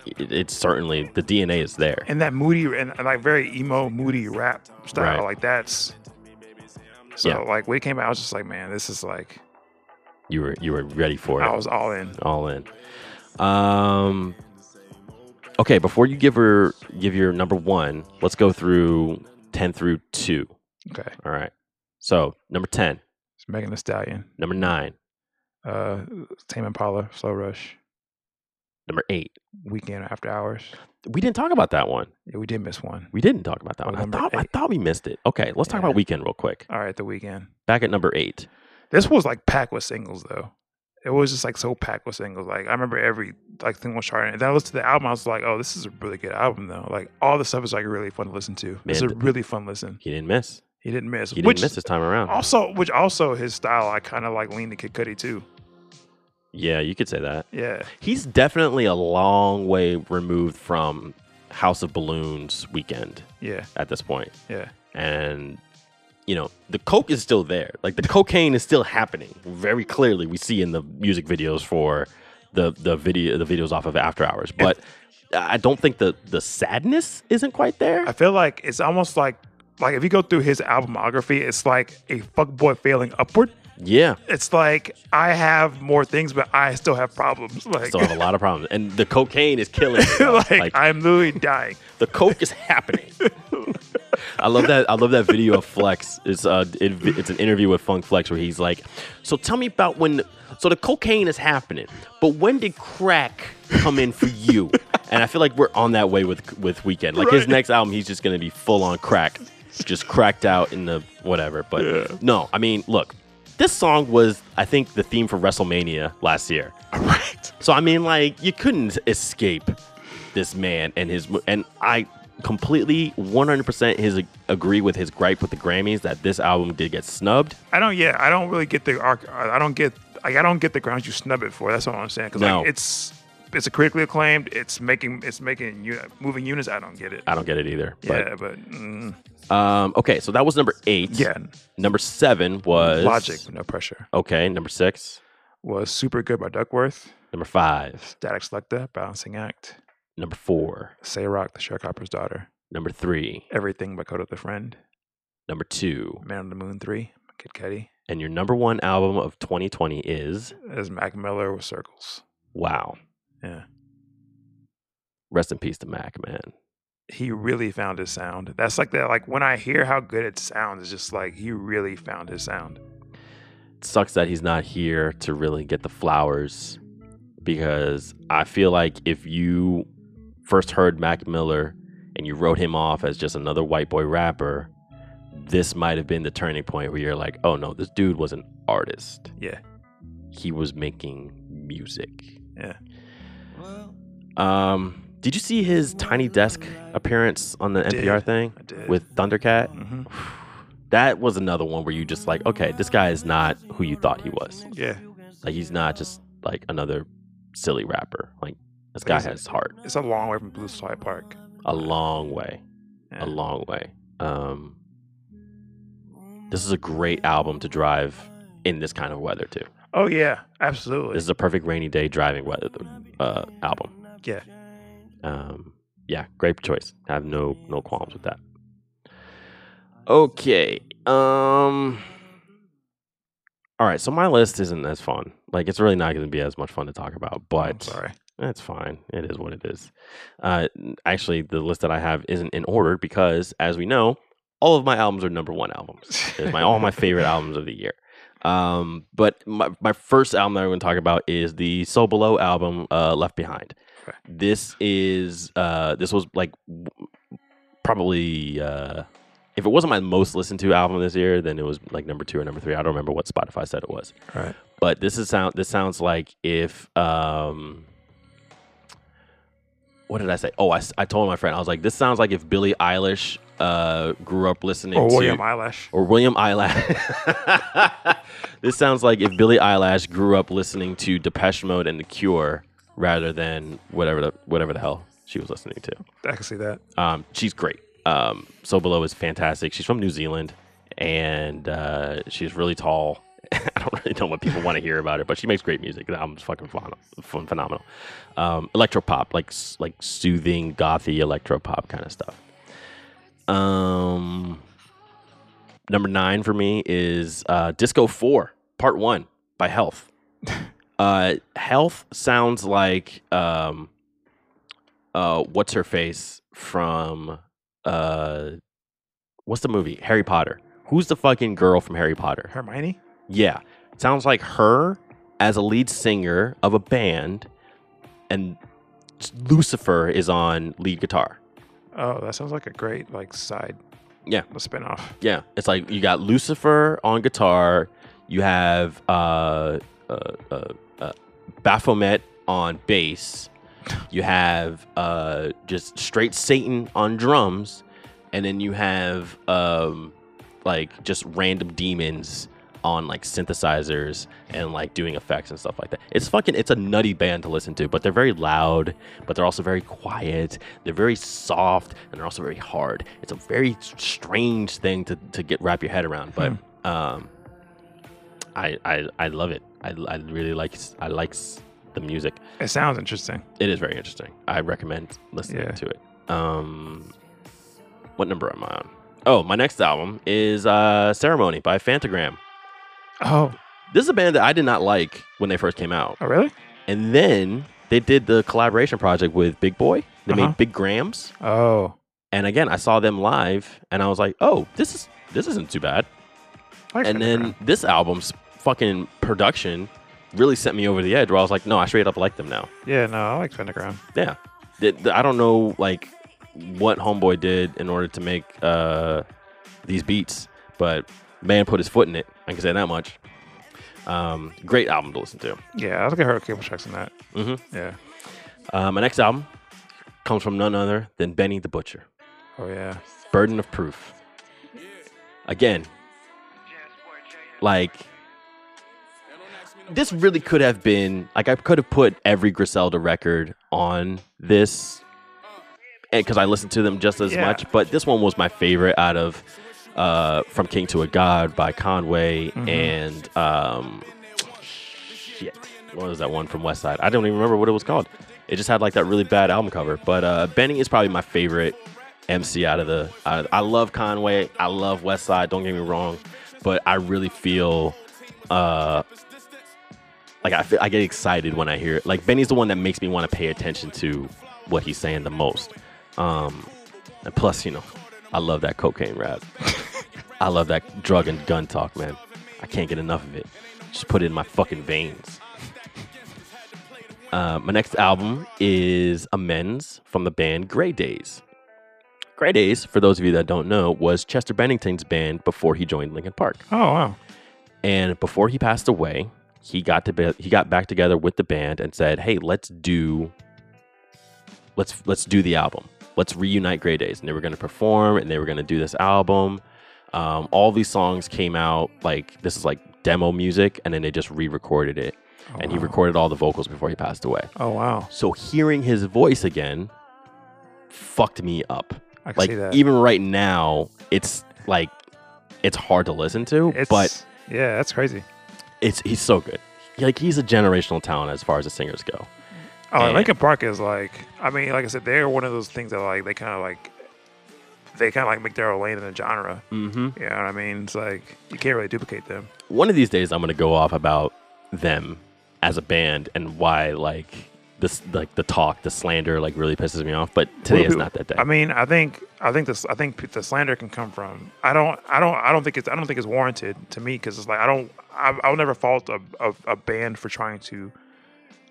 Speaker 2: it, it's certainly the DNA is there.
Speaker 3: and that moody and like very emo moody rap style
Speaker 2: Right.
Speaker 3: like that's so
Speaker 2: Yeah.
Speaker 3: like when it came out i was just like man this is like
Speaker 2: you were you were ready for it.
Speaker 3: i was all in
Speaker 2: all in. Um, okay, before you give her give your number one, let's go through ten through two.
Speaker 3: okay
Speaker 2: All right. So number ten,
Speaker 3: it's megan the stallion
Speaker 2: number nine,
Speaker 3: uh tame impala slow rush
Speaker 2: number eight.
Speaker 3: weekend after hours
Speaker 2: We didn't talk about that one.
Speaker 3: yeah we did miss one
Speaker 2: We didn't talk about that
Speaker 3: Or
Speaker 2: one. I
Speaker 3: number
Speaker 2: thought I
Speaker 3: eight.
Speaker 2: thought we missed it. Okay, let's talk
Speaker 3: Yeah.
Speaker 2: about weekend real quick.
Speaker 3: all right the weekend
Speaker 2: Back at number eight.
Speaker 3: this was like packed with singles though it was just like so packed with singles like i remember every like thing was charting and then i listened to the album i was like oh this is a really good album though like all the stuff is like really fun to listen to it's
Speaker 2: Man,
Speaker 3: a
Speaker 2: th-
Speaker 3: really fun listen
Speaker 2: He didn't miss.
Speaker 3: he didn't miss
Speaker 2: He didn't
Speaker 3: which
Speaker 2: miss this time around.
Speaker 3: Also, which also his style, I kind of like lean to Kid Cudi too.
Speaker 2: yeah, you could say that.
Speaker 3: Yeah,
Speaker 2: He's definitely a long way removed from House of Balloons weekend
Speaker 3: yeah,
Speaker 2: at this point.
Speaker 3: yeah.
Speaker 2: and you know the coke is still there like the cocaine is still happening very clearly we see in the music videos for the the video the videos off of after hours but i don't think the the sadness isn't quite there
Speaker 3: I feel like it's almost like like if you go through his albumography, it's like a fuckboy failing upward.
Speaker 2: yeah
Speaker 3: It's like I have more things, but I still have problems. (laughs) Like,
Speaker 2: still have a lot of problems and the cocaine is killing it, bro.
Speaker 3: (laughs) like,
Speaker 2: like
Speaker 3: I'm literally dying.
Speaker 2: the coke is happening (laughs) I love that. I love that video of Flex. It's uh, it, it's an interview with Funk Flex where he's like, "So tell me about when. So the cocaine is happening, but when did crack come in for (laughs) you?" And I feel like we're on that way with with Weekend. Like his
Speaker 3: Right.
Speaker 2: next album, he's just gonna be full on crack, just cracked out in the whatever. But no, I mean, look, this song was I think the theme for WrestleMania last year. Right. So I mean, like you couldn't escape this man and his and I completely 100% his agree with his gripe with the Grammys that this album did get snubbed.
Speaker 3: I don't. Yeah, I don't really get the arc. I don't get. Like, I don't get the grounds you snub it for. That's all I'm saying. Because
Speaker 2: No.
Speaker 3: like, it's it's a critically acclaimed. It's making it's making you moving units. I don't get it.
Speaker 2: I don't get it either.
Speaker 3: yeah, but mm,
Speaker 2: But um okay, so that was number 8.
Speaker 3: yeah,
Speaker 2: Number 7 was
Speaker 3: logic, no pressure.
Speaker 2: Okay, number 6,
Speaker 3: Was super good by Duckworth.
Speaker 2: number 5,
Speaker 3: Static Selecta, Balancing Act,
Speaker 2: number 4,
Speaker 3: Say Rock, The Sharecropper's Daughter,
Speaker 2: number 3,
Speaker 3: Everything by Coda the Friend,
Speaker 2: number 2.
Speaker 3: Man on the Moon 3, Kid Cudi,
Speaker 2: And your number 1 album of 2020 is
Speaker 3: as Mac Miller with Circles.
Speaker 2: Wow.
Speaker 3: Yeah.
Speaker 2: Rest in peace to Mac, man.
Speaker 3: He really found his sound. That's like that. Like when I hear how good it sounds, it's just like he really found his sound.
Speaker 2: sucks that he's not here to really get the flowers because I feel like if you first heard Mac Miller and you wrote him off as just another white boy rapper, this might have been the turning point where you're like, oh no, this dude was an artist.
Speaker 3: Yeah.
Speaker 2: He was making music.
Speaker 3: Yeah.
Speaker 2: Um, did you see his Tiny Desk appearance on the
Speaker 3: Did.
Speaker 2: NPR thing
Speaker 3: I did.
Speaker 2: with Thundercat?
Speaker 3: hmm
Speaker 2: That was another one where you just like, okay, this guy is not who you thought he was.
Speaker 3: Yeah.
Speaker 2: Like he's not just like another silly rapper. Like this guy
Speaker 3: He's-
Speaker 2: has heart
Speaker 3: It's a long way from Blue Slide Park.
Speaker 2: a long way,
Speaker 3: Yeah.
Speaker 2: a long way. Um, this is a great album to drive in this kind of weather too.
Speaker 3: Oh yeah, absolutely.
Speaker 2: This is a perfect rainy day driving weather uh, album.
Speaker 3: Yeah.
Speaker 2: Um, yeah, great choice. I have no no qualms with that. Okay. Um. All right. So my list isn't as fun. Like it's really not going to be as much fun to talk about. But
Speaker 3: Oh, I'm sorry.
Speaker 2: that's fine. It is what it is. Uh, n- actually, the list that I have isn't in order because, as we know, all of my albums are number one albums. It's my all my favorite albums of the year. Um, but my, my first album that I'm going to talk about is the So Below album, uh, Left Behind.
Speaker 3: Okay.
Speaker 2: This is uh, this was like w- probably uh, if it wasn't my most listened to album this year, then it was like number two or number three. I don't remember what Spotify said it was
Speaker 3: Right.
Speaker 2: but this is sound this sounds like if um what did I say? Oh, I, s- I told my friend I was like, this sounds like if Billie Eilish uh grew up listening
Speaker 3: Or
Speaker 2: to
Speaker 3: Oh, William Eyelash.
Speaker 2: or William Eyelash. (laughs) this sounds like if Billie Eyelash grew up listening to Depeche Mode and The Cure rather than whatever the whatever the hell she was listening to.
Speaker 3: I can see that.
Speaker 2: Um, she's great. Um, so below is fantastic. She's from New Zealand, and uh, she's really tall. (laughs) I don't really know what people want to hear about it, but she makes great music. The album's fucking phen- phen- phenomenal. Um, electropop, like s- like soothing, gothy electropop kind of stuff. Um, number nine for me is uh, Disco Four Part One by Health. uh, Health sounds like um, uh, what's her face from uh, what's the movie Harry Potter? Who's the fucking girl from Harry Potter?
Speaker 3: Hermione?
Speaker 2: Yeah, sounds like her as a lead singer of a band, and Lucifer is on lead guitar.
Speaker 3: Oh, that sounds like a great like side.
Speaker 2: Yeah.
Speaker 3: A spinoff.
Speaker 2: Yeah, it's like you got Lucifer on guitar, you have uh, uh, uh, uh, Baphomet on bass, you have uh, just straight Satan on drums, and then you have um, like just random demons on like synthesizers and like doing effects and stuff like that. It's fucking it's a nutty band to listen to, but they're very loud, but they're also very quiet. They're very soft and they're also very hard. It's a very strange thing to, to get wrap your head around, but
Speaker 3: Hmm.
Speaker 2: um I, I I love it. I, I really like s- I like s- the music.
Speaker 3: It sounds interesting.
Speaker 2: It is very interesting. I recommend listening
Speaker 3: Yeah.
Speaker 2: to it. Um, what number am I on? Oh, my next album is uh, Ceremony by Fantagram.
Speaker 3: Oh,
Speaker 2: This is a band that I did not like when they first came out.
Speaker 3: oh really?
Speaker 2: And then they did the collaboration project with Big Boy. They
Speaker 3: Uh-huh.
Speaker 2: made Big Grams.
Speaker 3: Oh.
Speaker 2: And again, I saw them live and I was like, "Oh, this is this isn't too bad."
Speaker 3: I like
Speaker 2: and then
Speaker 3: Pentagram.
Speaker 2: this album's fucking production really sent me over the edge where I was like, "No, I straight up like them now."
Speaker 3: Yeah, no, I like Pentagram.
Speaker 2: Yeah. Th- th- I don't know like what Homeboy did in order to make uh, these beats, but man put his foot in it. I can say that much. Um, great album to listen to.
Speaker 3: Yeah, I look at her cable tracks on that.
Speaker 2: Mhm.
Speaker 3: Yeah.
Speaker 2: Uh, my next album comes from none other than Benny the Butcher.
Speaker 3: Oh yeah.
Speaker 2: Burden of Proof. Again, like this really could have been like I could have put every Griselda record on this because I listened to them just as
Speaker 3: Yeah.
Speaker 2: much, but this one was my favorite out of uh, From King to a God by Conway and um, shit. What was that one from West Side? I don't even remember what it was called. It just had like that really bad album cover. But uh, Benny is probably my favorite MC out of the. Out of, I love Conway. I love West Side. Don't get me wrong, but I really feel uh, like I feel, I get excited when I hear it. Like Benny's the one that makes me want to pay attention to what he's saying the most. Um, and plus, you know, I love that cocaine rap. I love that drug and gun talk, man. I can't get enough of it. Just put it in my fucking veins. Uh, my next album is Amends from the band Gray Days. Grey Days, for those of you that don't know, was Chester Bennington's band before he joined Linkin Park.
Speaker 3: Oh wow.
Speaker 2: And before he passed away, he got to be, he got back together with the band and said, "Hey, let's do let's let's do the album. Let's reunite Grey Days." And they were going to perform and they were going to do this album. Um, all these songs came out like this is like demo music, and then they just re-recorded it.
Speaker 3: Oh,
Speaker 2: and he
Speaker 3: wow.
Speaker 2: recorded all the vocals before he passed away.
Speaker 3: Oh wow.
Speaker 2: So hearing his voice again fucked me up.
Speaker 3: I can
Speaker 2: Like
Speaker 3: see that.
Speaker 2: even right now, it's like it's hard to listen to,
Speaker 3: it's,
Speaker 2: but
Speaker 3: yeah, that's crazy.
Speaker 2: it's he's so good. Like he's a generational talent as far as the singers go.
Speaker 3: Oh,
Speaker 2: And-
Speaker 3: and Lincoln Park is like, I mean, like I said, they're one of those things that like they kind of like, they kind of like make their own lane in the genre.
Speaker 2: Mm-hmm.
Speaker 3: You know what I mean? It's like you can't really duplicate them.
Speaker 2: One of these days, I'm gonna go off about them as a band and why like this like the talk, the slander, like really pisses me off. But today
Speaker 3: Well,
Speaker 2: is
Speaker 3: pe-
Speaker 2: not that day.
Speaker 3: I mean, I think I think this I think p- the slander can come from. I don't I don't I don't think it's I don't think it's warranted to me because it's like I don't I, I'll never fault a, a, a band for trying to,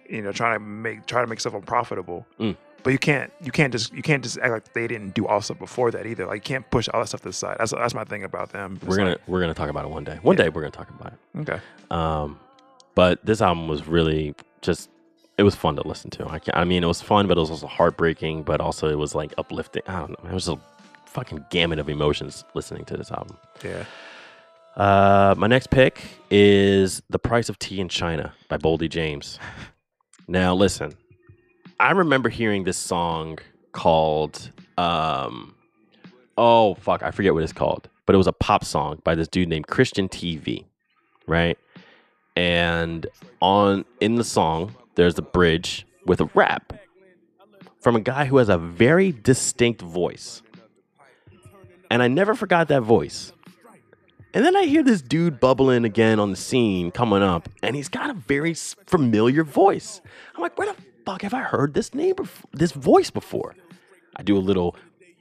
Speaker 3: you know, trying to make try to make stuff unprofitable.
Speaker 2: Mm.
Speaker 3: But you can't you can't just you can't just act like they didn't do all stuff before that either. Like you can't push all that stuff to the side. That's that's my thing about them. It's
Speaker 2: we're gonna we're gonna talk about it one day. One
Speaker 3: Yeah.
Speaker 2: day we're gonna talk about it.
Speaker 3: like, okay.
Speaker 2: Um, but this album was really just it was fun to listen to. I, can, I mean, it was fun, but it was also heartbreaking. But also, it was like uplifting. I don't know. man, It was a fucking gamut of emotions listening to this album.
Speaker 3: Yeah.
Speaker 2: Uh, my next pick is "The Price of Tea in China" by Boldy James. Now, listen, I remember hearing this song called um, oh fuck, I forget what it's called, but it was a pop song by this dude named Christian TV, right? And on in the song, there's the bridge with a rap from a guy who has a very distinct voice. And I never forgot that voice. And then I hear this dude bubbling again on the scene coming up, and he's got a very s- familiar voice. I'm like, where the fuck have I heard this name, bef- this voice before? I do a little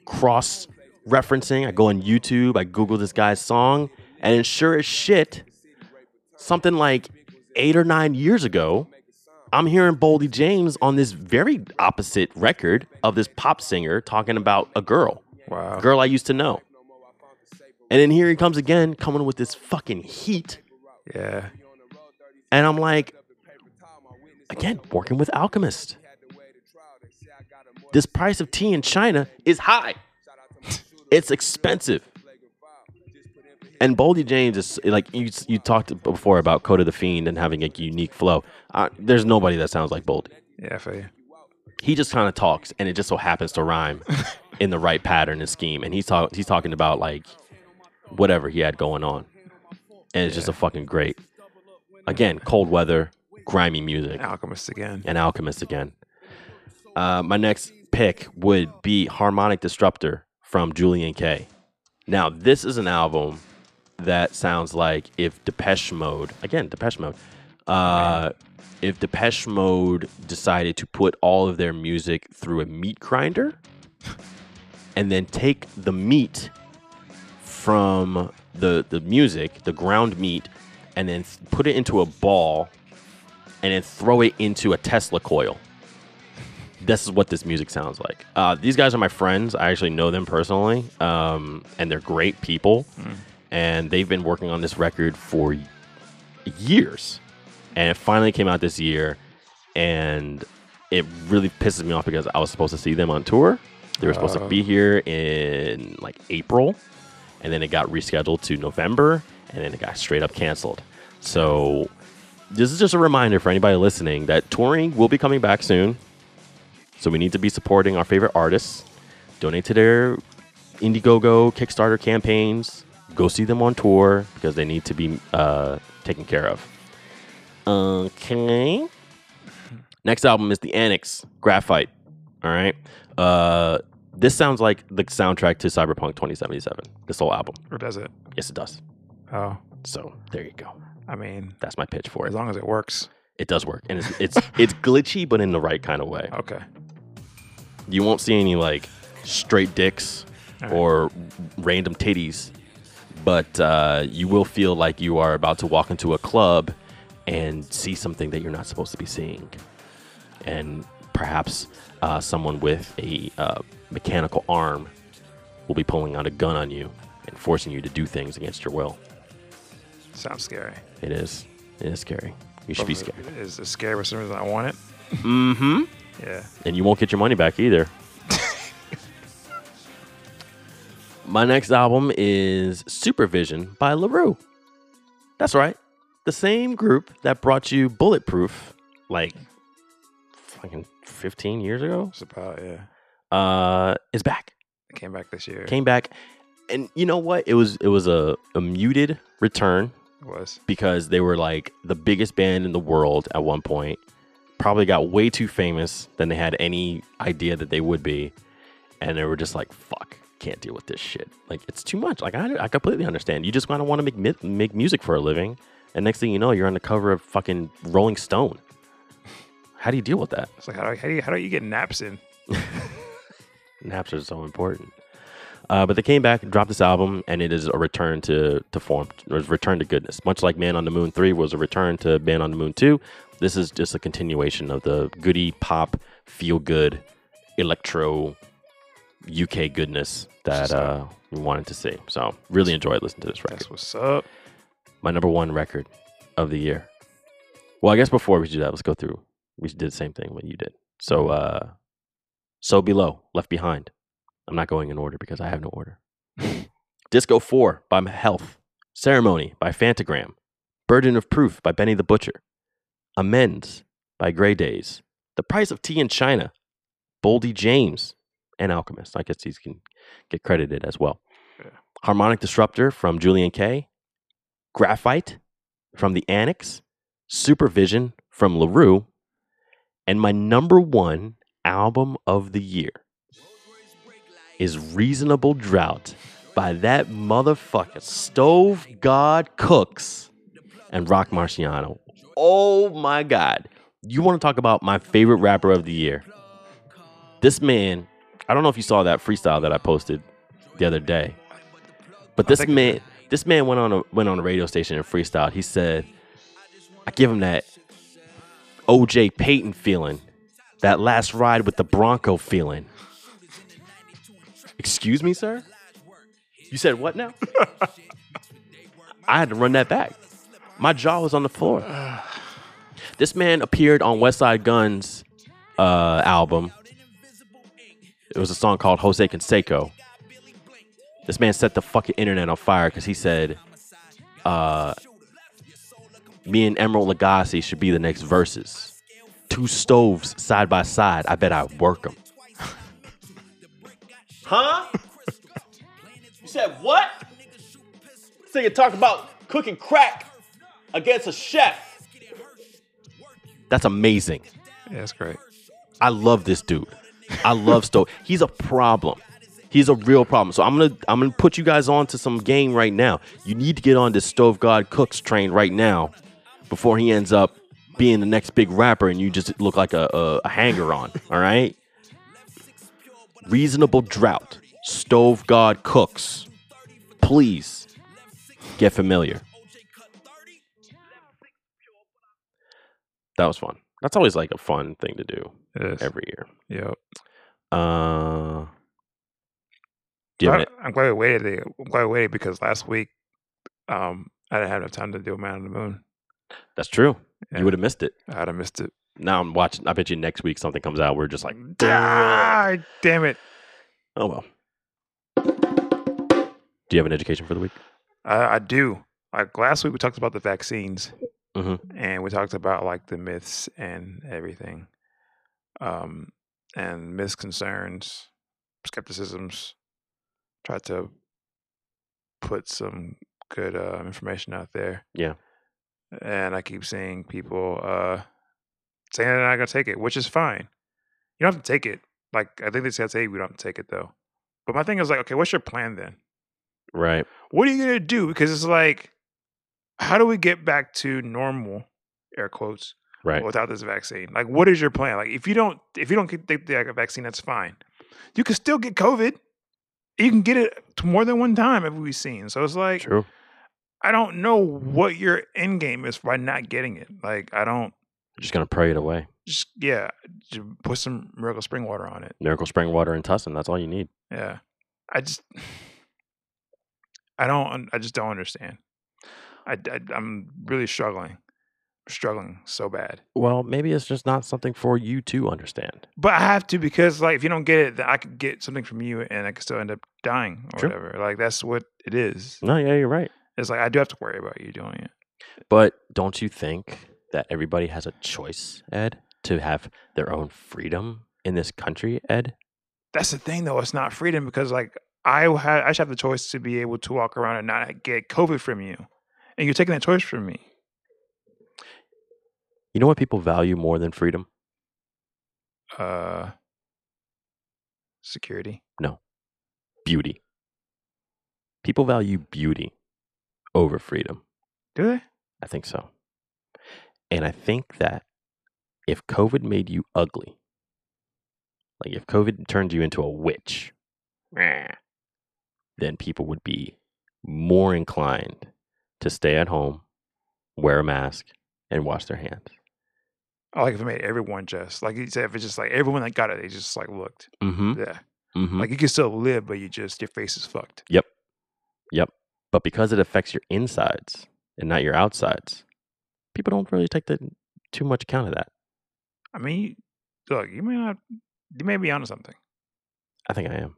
Speaker 2: cross referencing. I go on YouTube, I Google this guy's song, and it's sure as shit, something like eight or nine years ago, I'm hearing Boldy James on this very opposite record of this pop singer talking about a girl
Speaker 3: Wow.
Speaker 2: girl I used to know. And then here he comes again, coming with this fucking heat.
Speaker 3: Yeah.
Speaker 2: And I'm like, again, working with Alchemist. This price of tea in China is high, (laughs) it's expensive. And Boldy James is like you. You talked before about Coda the Fiend and having a unique flow. Uh, there's nobody that sounds like Boldy.
Speaker 3: Yeah. For you.
Speaker 2: he just kind of talks and it just so happens to rhyme in the right pattern and scheme and he's talk, he's talking about like whatever he had going on and it's just a fucking great again cold weather grimy music
Speaker 3: Alchemist again.
Speaker 2: and alchemist again uh, my next pick would be harmonic disruptor from julian k now this is an album that sounds like if depeche mode again depeche mode uh, if Depeche Mode decided to put all of their music through a meat grinder and then take the meat from the the music, the ground meat, and then th- put it into a ball and then throw it into a Tesla coil. This is what this music sounds like. Uh, these guys are my friends. I actually know them personally, um, and they're great people. And they've been working on this record for years and it finally came out this year and it really pisses me off because i was supposed to see them on tour they were supposed to be here in like april and then it got rescheduled to november and then it got straight up canceled so this is just a reminder for anybody listening that touring will be coming back soon so we need to be supporting our favorite artists donate to their indiegogo kickstarter campaigns go see them on tour because they need to be uh, taken care of Okay. Next album is The Annex, Graphite. All right. Uh, this sounds like the soundtrack to Cyberpunk 2077, this whole album.
Speaker 3: Or does it?
Speaker 2: Yes, it does.
Speaker 3: Oh,
Speaker 2: So there you go.
Speaker 3: I mean,
Speaker 2: That's my pitch for
Speaker 3: as
Speaker 2: it.
Speaker 3: long as it works.
Speaker 2: It does work. And it's, it's, it's glitchy, but in the right kind of way.
Speaker 3: Okay.
Speaker 2: You won't see any like straight dicks or random titties, but uh, you will feel like you are about to walk into a club and see something that you're not supposed to be seeing, and perhaps uh, someone with a uh, mechanical arm will be pulling out a gun on you and forcing you to do things against your will.
Speaker 3: Sounds scary.
Speaker 2: It is. It is scary. You should be scared.
Speaker 3: Is it scary for some reason I want it?
Speaker 2: Mm-hmm.
Speaker 3: Yeah.
Speaker 2: and you won't get your money back either. (laughs) My next album is Supervision by LaRue. That's right. The same group that brought you Bulletproof like fucking 15 years ago
Speaker 3: It's about yeah.
Speaker 2: uh, is back.
Speaker 3: It came back this year.
Speaker 2: Came back. And you know what? It was it was a, a muted return
Speaker 3: It was.
Speaker 2: because they were like the biggest band in the world at one point. Probably got way too famous than they had any idea that they would be, and they were just like, "Fuck, can't deal with this shit. Like, it's too much." Like, I, I completely understand. You just kind of want to make mi- make music for a living, and next thing you know, you're on the cover of fucking Rolling Stone. How do you deal with that?
Speaker 3: It's like how do, how do you how do you get naps in?
Speaker 2: Naps are so important. Uh, but they came back and dropped this album, and it is a return to, to form, or is return to goodness. Much like Man on the Moon 3 was a return to Man on the Moon 2, this is just a continuation of the goody pop, feel good, electro UK goodness that uh, we wanted to see. So, really enjoyed listening to this record.
Speaker 3: That's what's up.
Speaker 2: My number one record of the year. Well, I guess before we do that, let's go through. We did the same thing what you did. So, uh, so below, left behind. I'm not going in order because I have no order. Disco 4 by M- Health. Ceremony by Fantagram. Burden of Proof by Benny the Butcher. Amends by Grey Days. The Price of Tea in China. Boldy James and Alchemist. I guess these can get credited as well.
Speaker 3: Yeah.
Speaker 2: Harmonic Disruptor from Julian K. Graphite from The Annex. Supervision from LaRue. And my number one album of the year is Reasonable Drought by that motherfucker Stove God Cooks and Rock Marciano. Oh my God. You want to talk about my favorite rapper of the year? This man, I don't know if you saw that freestyle that I posted the other day, but this
Speaker 3: think I
Speaker 2: man, this man went on a, went on a radio station and freestyled. He said, "I give him that OJ Payton feeling, that last ride with the Bronco feeling." Excuse me, sir? You said what now? I had to run that back. My jaw was on the floor. This man appeared on West Side Gun's uh, album. It was a song called Jose Canseco. This man set the fucking internet on fire because he said, uh, Me and Emerald Lagasse should be the next verses. Two stoves side by side. I bet I work them. (laughs) Huh? you said what? So you talk about cooking crack against a chef. That's amazing.
Speaker 3: Yeah, that's great.
Speaker 2: I love this dude. I love Stoke. He's a problem. He's a real problem. So I'm gonna I'm gonna put you guys on to some game right now. You need to get on this Stove God Cooks train right now before he ends up being the next big rapper and you just look like a, a, a hanger on. All right. Reasonable drought. Stove God Cooks. Please get familiar. That was fun. That's always like a fun thing to do
Speaker 3: Yes.
Speaker 2: every year.
Speaker 3: Yep.
Speaker 2: Uh, do you have
Speaker 3: I,
Speaker 2: any-
Speaker 3: I'm glad we waited. I'm glad we waited because last week, um, I didn't have enough time to do Man on the Moon.
Speaker 2: that's true.
Speaker 3: Yeah.
Speaker 2: You would have missed it.
Speaker 3: I'd have missed it.
Speaker 2: Now I'm watching. I bet you next week something comes out. We're just like,
Speaker 3: Mm,
Speaker 2: "Duh."
Speaker 3: Ah, damn it!
Speaker 2: oh well. Do you have an education for the week?
Speaker 3: I, I do. Like last week, we talked about the vaccines,
Speaker 2: Mhm.
Speaker 3: and we talked about like the myths and everything, um, and misconcerns, skepticisms. Tried to put some good uh, information out there.
Speaker 2: Yeah.
Speaker 3: And I keep seeing people uh, saying they're not gonna take it, which is fine. You don't have to take it. Like I think they said, "Hey, we don't have to take it though." But my thing is like, okay, what's your plan then?
Speaker 2: Right.
Speaker 3: what are you gonna do? Because it's like, how do we get back to normal, air quotes,
Speaker 2: Right.
Speaker 3: without this vaccine? Like, what is your plan? Like, if you don't, if you don't get the, the vaccine, that's fine. You can still get COVID. You can get it t- more than one time, have we seen? So it's like,
Speaker 2: True.
Speaker 3: I don't know what your end game is by not getting it. Like, I don't
Speaker 2: Just gonna pray it away.
Speaker 3: just yeah, just put some miracle spring water on it.
Speaker 2: Miracle spring water and tussin. That's all you need.
Speaker 3: Yeah, I just, (sighs) I don't, un- I just don't understand. I, I am really struggling, struggling so bad.
Speaker 2: Well, maybe it's just not something for you to understand.
Speaker 3: But I have to because like if you don't get it, then I could get something from you and I could still end up dying or
Speaker 2: True.
Speaker 3: whatever. Like that's what it is.
Speaker 2: No, yeah, you're right.
Speaker 3: It's like I do have to worry about you doing it.
Speaker 2: But don't you think that everybody has a choice, Ed, to have their own freedom in this country, Ed?
Speaker 3: That's the thing though. It's not freedom because like I had I should have the choice to be able to walk around and not get COVID from you, and you're taking that choice from me.
Speaker 2: You know what people value more than freedom?
Speaker 3: Uh, security.
Speaker 2: Beauty. People value beauty over freedom.
Speaker 3: Do they?
Speaker 2: I think so. And I think that if COVID made you ugly, like if COVID turned you into a witch, meh, then people would be more inclined to stay at home, wear a mask, and wash their hands.
Speaker 3: I like if it made everyone just like you said, if it's just like everyone that got it, they just like looked.
Speaker 2: Mm-hmm.
Speaker 3: Yeah.
Speaker 2: Mm-hmm.
Speaker 3: Like you can still live, but you just your face is fucked.
Speaker 2: but because it affects your insides and not your outsides, people don't really take the, too much account of that.
Speaker 3: I mean, you- look, you may not you may be onto something.
Speaker 2: I think I am.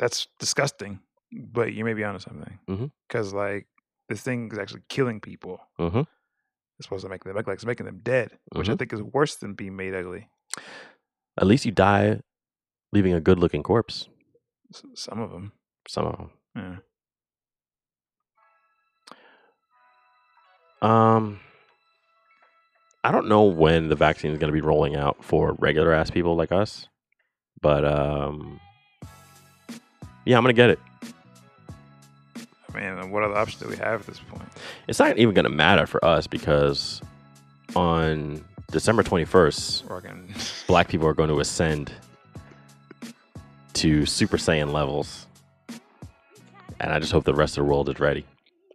Speaker 3: That's disgusting, but you may be onto something.
Speaker 2: Mhm.
Speaker 3: Because like this thing is actually killing people.
Speaker 2: Mm-hmm.
Speaker 3: It's supposed to make them like it's making them dead, which I think is worse than being made ugly.
Speaker 2: At least you die leaving a good-looking corpse.
Speaker 3: S- Some of them.
Speaker 2: Some of them.
Speaker 3: Yeah.
Speaker 2: Um, I don't know when the vaccine is going to be rolling out for regular ass people like us, but um, yeah, I'm gonna get it.
Speaker 3: I mean, what other options do we have at this point?
Speaker 2: It's not even gonna matter for us because on December 21st,
Speaker 3: Or I can
Speaker 2: black people are going to ascend to Super Saiyan levels, and I just hope the rest of the world is ready.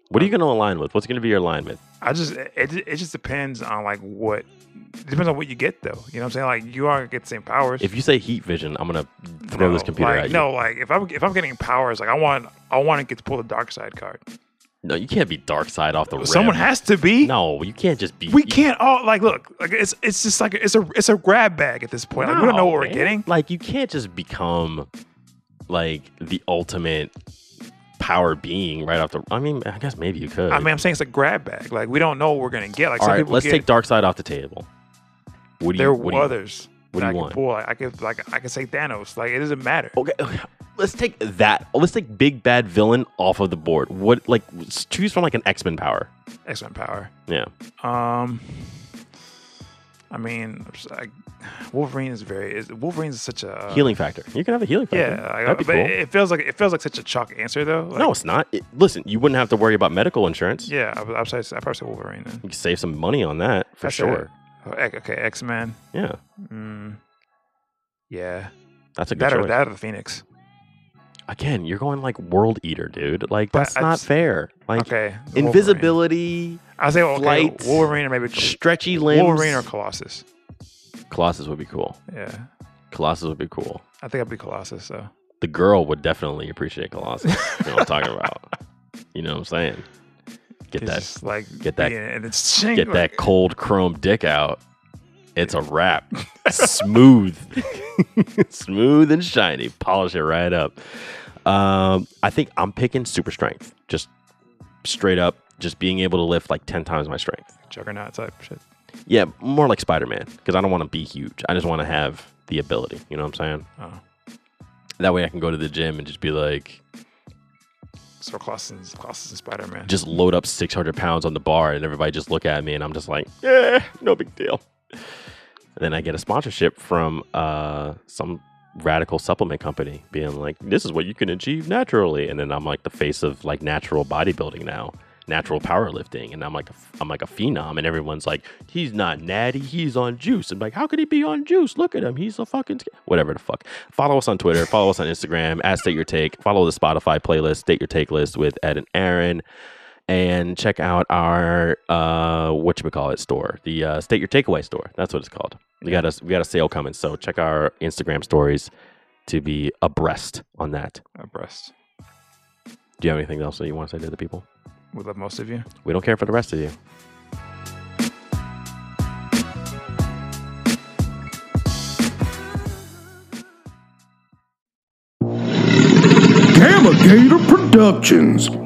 Speaker 2: What are you going to align with? What's going to be your alignment?
Speaker 3: I just it, it just depends on like what it depends on what you get though. You know what I'm saying? Like you aren't gonna get the same powers.
Speaker 2: If you say heat vision, I'm gonna throw this computer
Speaker 3: like,
Speaker 2: at you.
Speaker 3: No, like if I'm if I'm getting powers, like I want I want to get to pull the dark side card.
Speaker 2: no, you can't be dark side off the. rim.
Speaker 3: Someone has to be.
Speaker 2: No, you can't just be.
Speaker 3: We
Speaker 2: you-
Speaker 3: can't all like look. Like it's it's just like it's a it's a grab bag at this point. Like, we don't
Speaker 2: No,
Speaker 3: know what we're
Speaker 2: man.
Speaker 3: getting.
Speaker 2: Like you can't just become like the ultimate power being right off the. I mean, I guess maybe you could.
Speaker 3: I mean, I'm saying it's a grab bag. Like we don't know what we're gonna get. Like
Speaker 2: all
Speaker 3: some
Speaker 2: right,
Speaker 3: people
Speaker 2: let's
Speaker 3: get,
Speaker 2: take dark side off the table. What do you?
Speaker 3: there
Speaker 2: what
Speaker 3: were
Speaker 2: do you-
Speaker 3: others.
Speaker 2: what do you
Speaker 3: that I could
Speaker 2: want? Oh.
Speaker 3: Pull. Like, I could like I could say Thanos. Like it doesn't matter.
Speaker 2: Okay, (sighs) okay, let's take that. Let's take big bad villain off of the board. What like s- choose from like an X Men power?
Speaker 3: X Men power.
Speaker 2: Yeah,
Speaker 3: Um, I mean, I'm just, like, Wolverine is very is, Wolverine is such a uh,
Speaker 2: healing factor. You can have a healing factor.
Speaker 3: Yeah, like,
Speaker 2: that'd be
Speaker 3: but
Speaker 2: cool.
Speaker 3: it feels like it feels like such a chalk answer though. Like,
Speaker 2: no, it's not. It- listen, you wouldn't have to worry about medical insurance.
Speaker 3: Yeah, I, would- I'd say I probably say Wolverine then.
Speaker 2: You could save some money on that for
Speaker 3: That's it.
Speaker 2: sure.
Speaker 3: Oh, X- Okay, X Men.
Speaker 2: Yeah,
Speaker 3: Mm, yeah,
Speaker 2: that's a good
Speaker 3: that or
Speaker 2: choice.
Speaker 3: that or the Phoenix.
Speaker 2: Again, you're going like world eater, dude. Like
Speaker 3: But
Speaker 2: that's
Speaker 3: I
Speaker 2: not
Speaker 3: just-
Speaker 2: fair. Like
Speaker 3: Okay, Wolverine.
Speaker 2: invisibility,
Speaker 3: I say okay,
Speaker 2: flight,
Speaker 3: Wolverine or maybe
Speaker 2: stretchy limbs.
Speaker 3: Wolverine or Colossus.
Speaker 2: Colossus would be cool.
Speaker 3: Yeah,
Speaker 2: Colossus would be cool.
Speaker 3: I think I'd be Colossus though.
Speaker 2: The girl would definitely appreciate Colossus. you know what I'm talking
Speaker 3: (laughs)
Speaker 2: about? You know what I'm saying? Get
Speaker 3: It's
Speaker 2: that
Speaker 3: just like
Speaker 2: get that-
Speaker 3: being- and it's ching,
Speaker 2: get
Speaker 3: like,
Speaker 2: that cold chrome dick out. It's a
Speaker 3: (laughs)
Speaker 2: wrap. Smooth. (laughs) Smooth and shiny. Polish it right up. Um, I think I'm picking super strength. Just straight up, just being able to lift like 10 times my strength.
Speaker 3: juggernaut type shit.
Speaker 2: Yeah, more like Spider Man, because I don't want to be huge. I just want to have the ability. You know what I'm saying?
Speaker 3: Oh.
Speaker 2: That way I can go to the gym and just be like,
Speaker 3: So Colossus, Colossus and Spider Man.
Speaker 2: just load up 600 pounds on the bar and everybody just look at me and I'm just like, yeah, no big deal. And then I get a sponsorship from uh, some radical supplement company being like, this is what you can achieve naturally. And then I'm like the face of like natural bodybuilding now, natural powerlifting. And I'm like, a, I'm like a phenom. And everyone's like, he's not natty. He's on juice. And like, how could he be on juice? Look at him. He's a fucking, sca-" whatever the fuck. Follow us on Twitter. Follow us on Instagram at State Your Take. Follow the Spotify playlist, State Your Take list with Ed and Aaron and check out our uh what you call it store the uh, state your takeaway store that's what it's called we got a we got a sale coming so check our instagram stories to be abreast on that.
Speaker 3: abreast.
Speaker 2: Do you have anything else that you want to say to the people?
Speaker 3: We love most of you.
Speaker 2: We don't care for the rest of you.
Speaker 1: Gamma Gator Productions.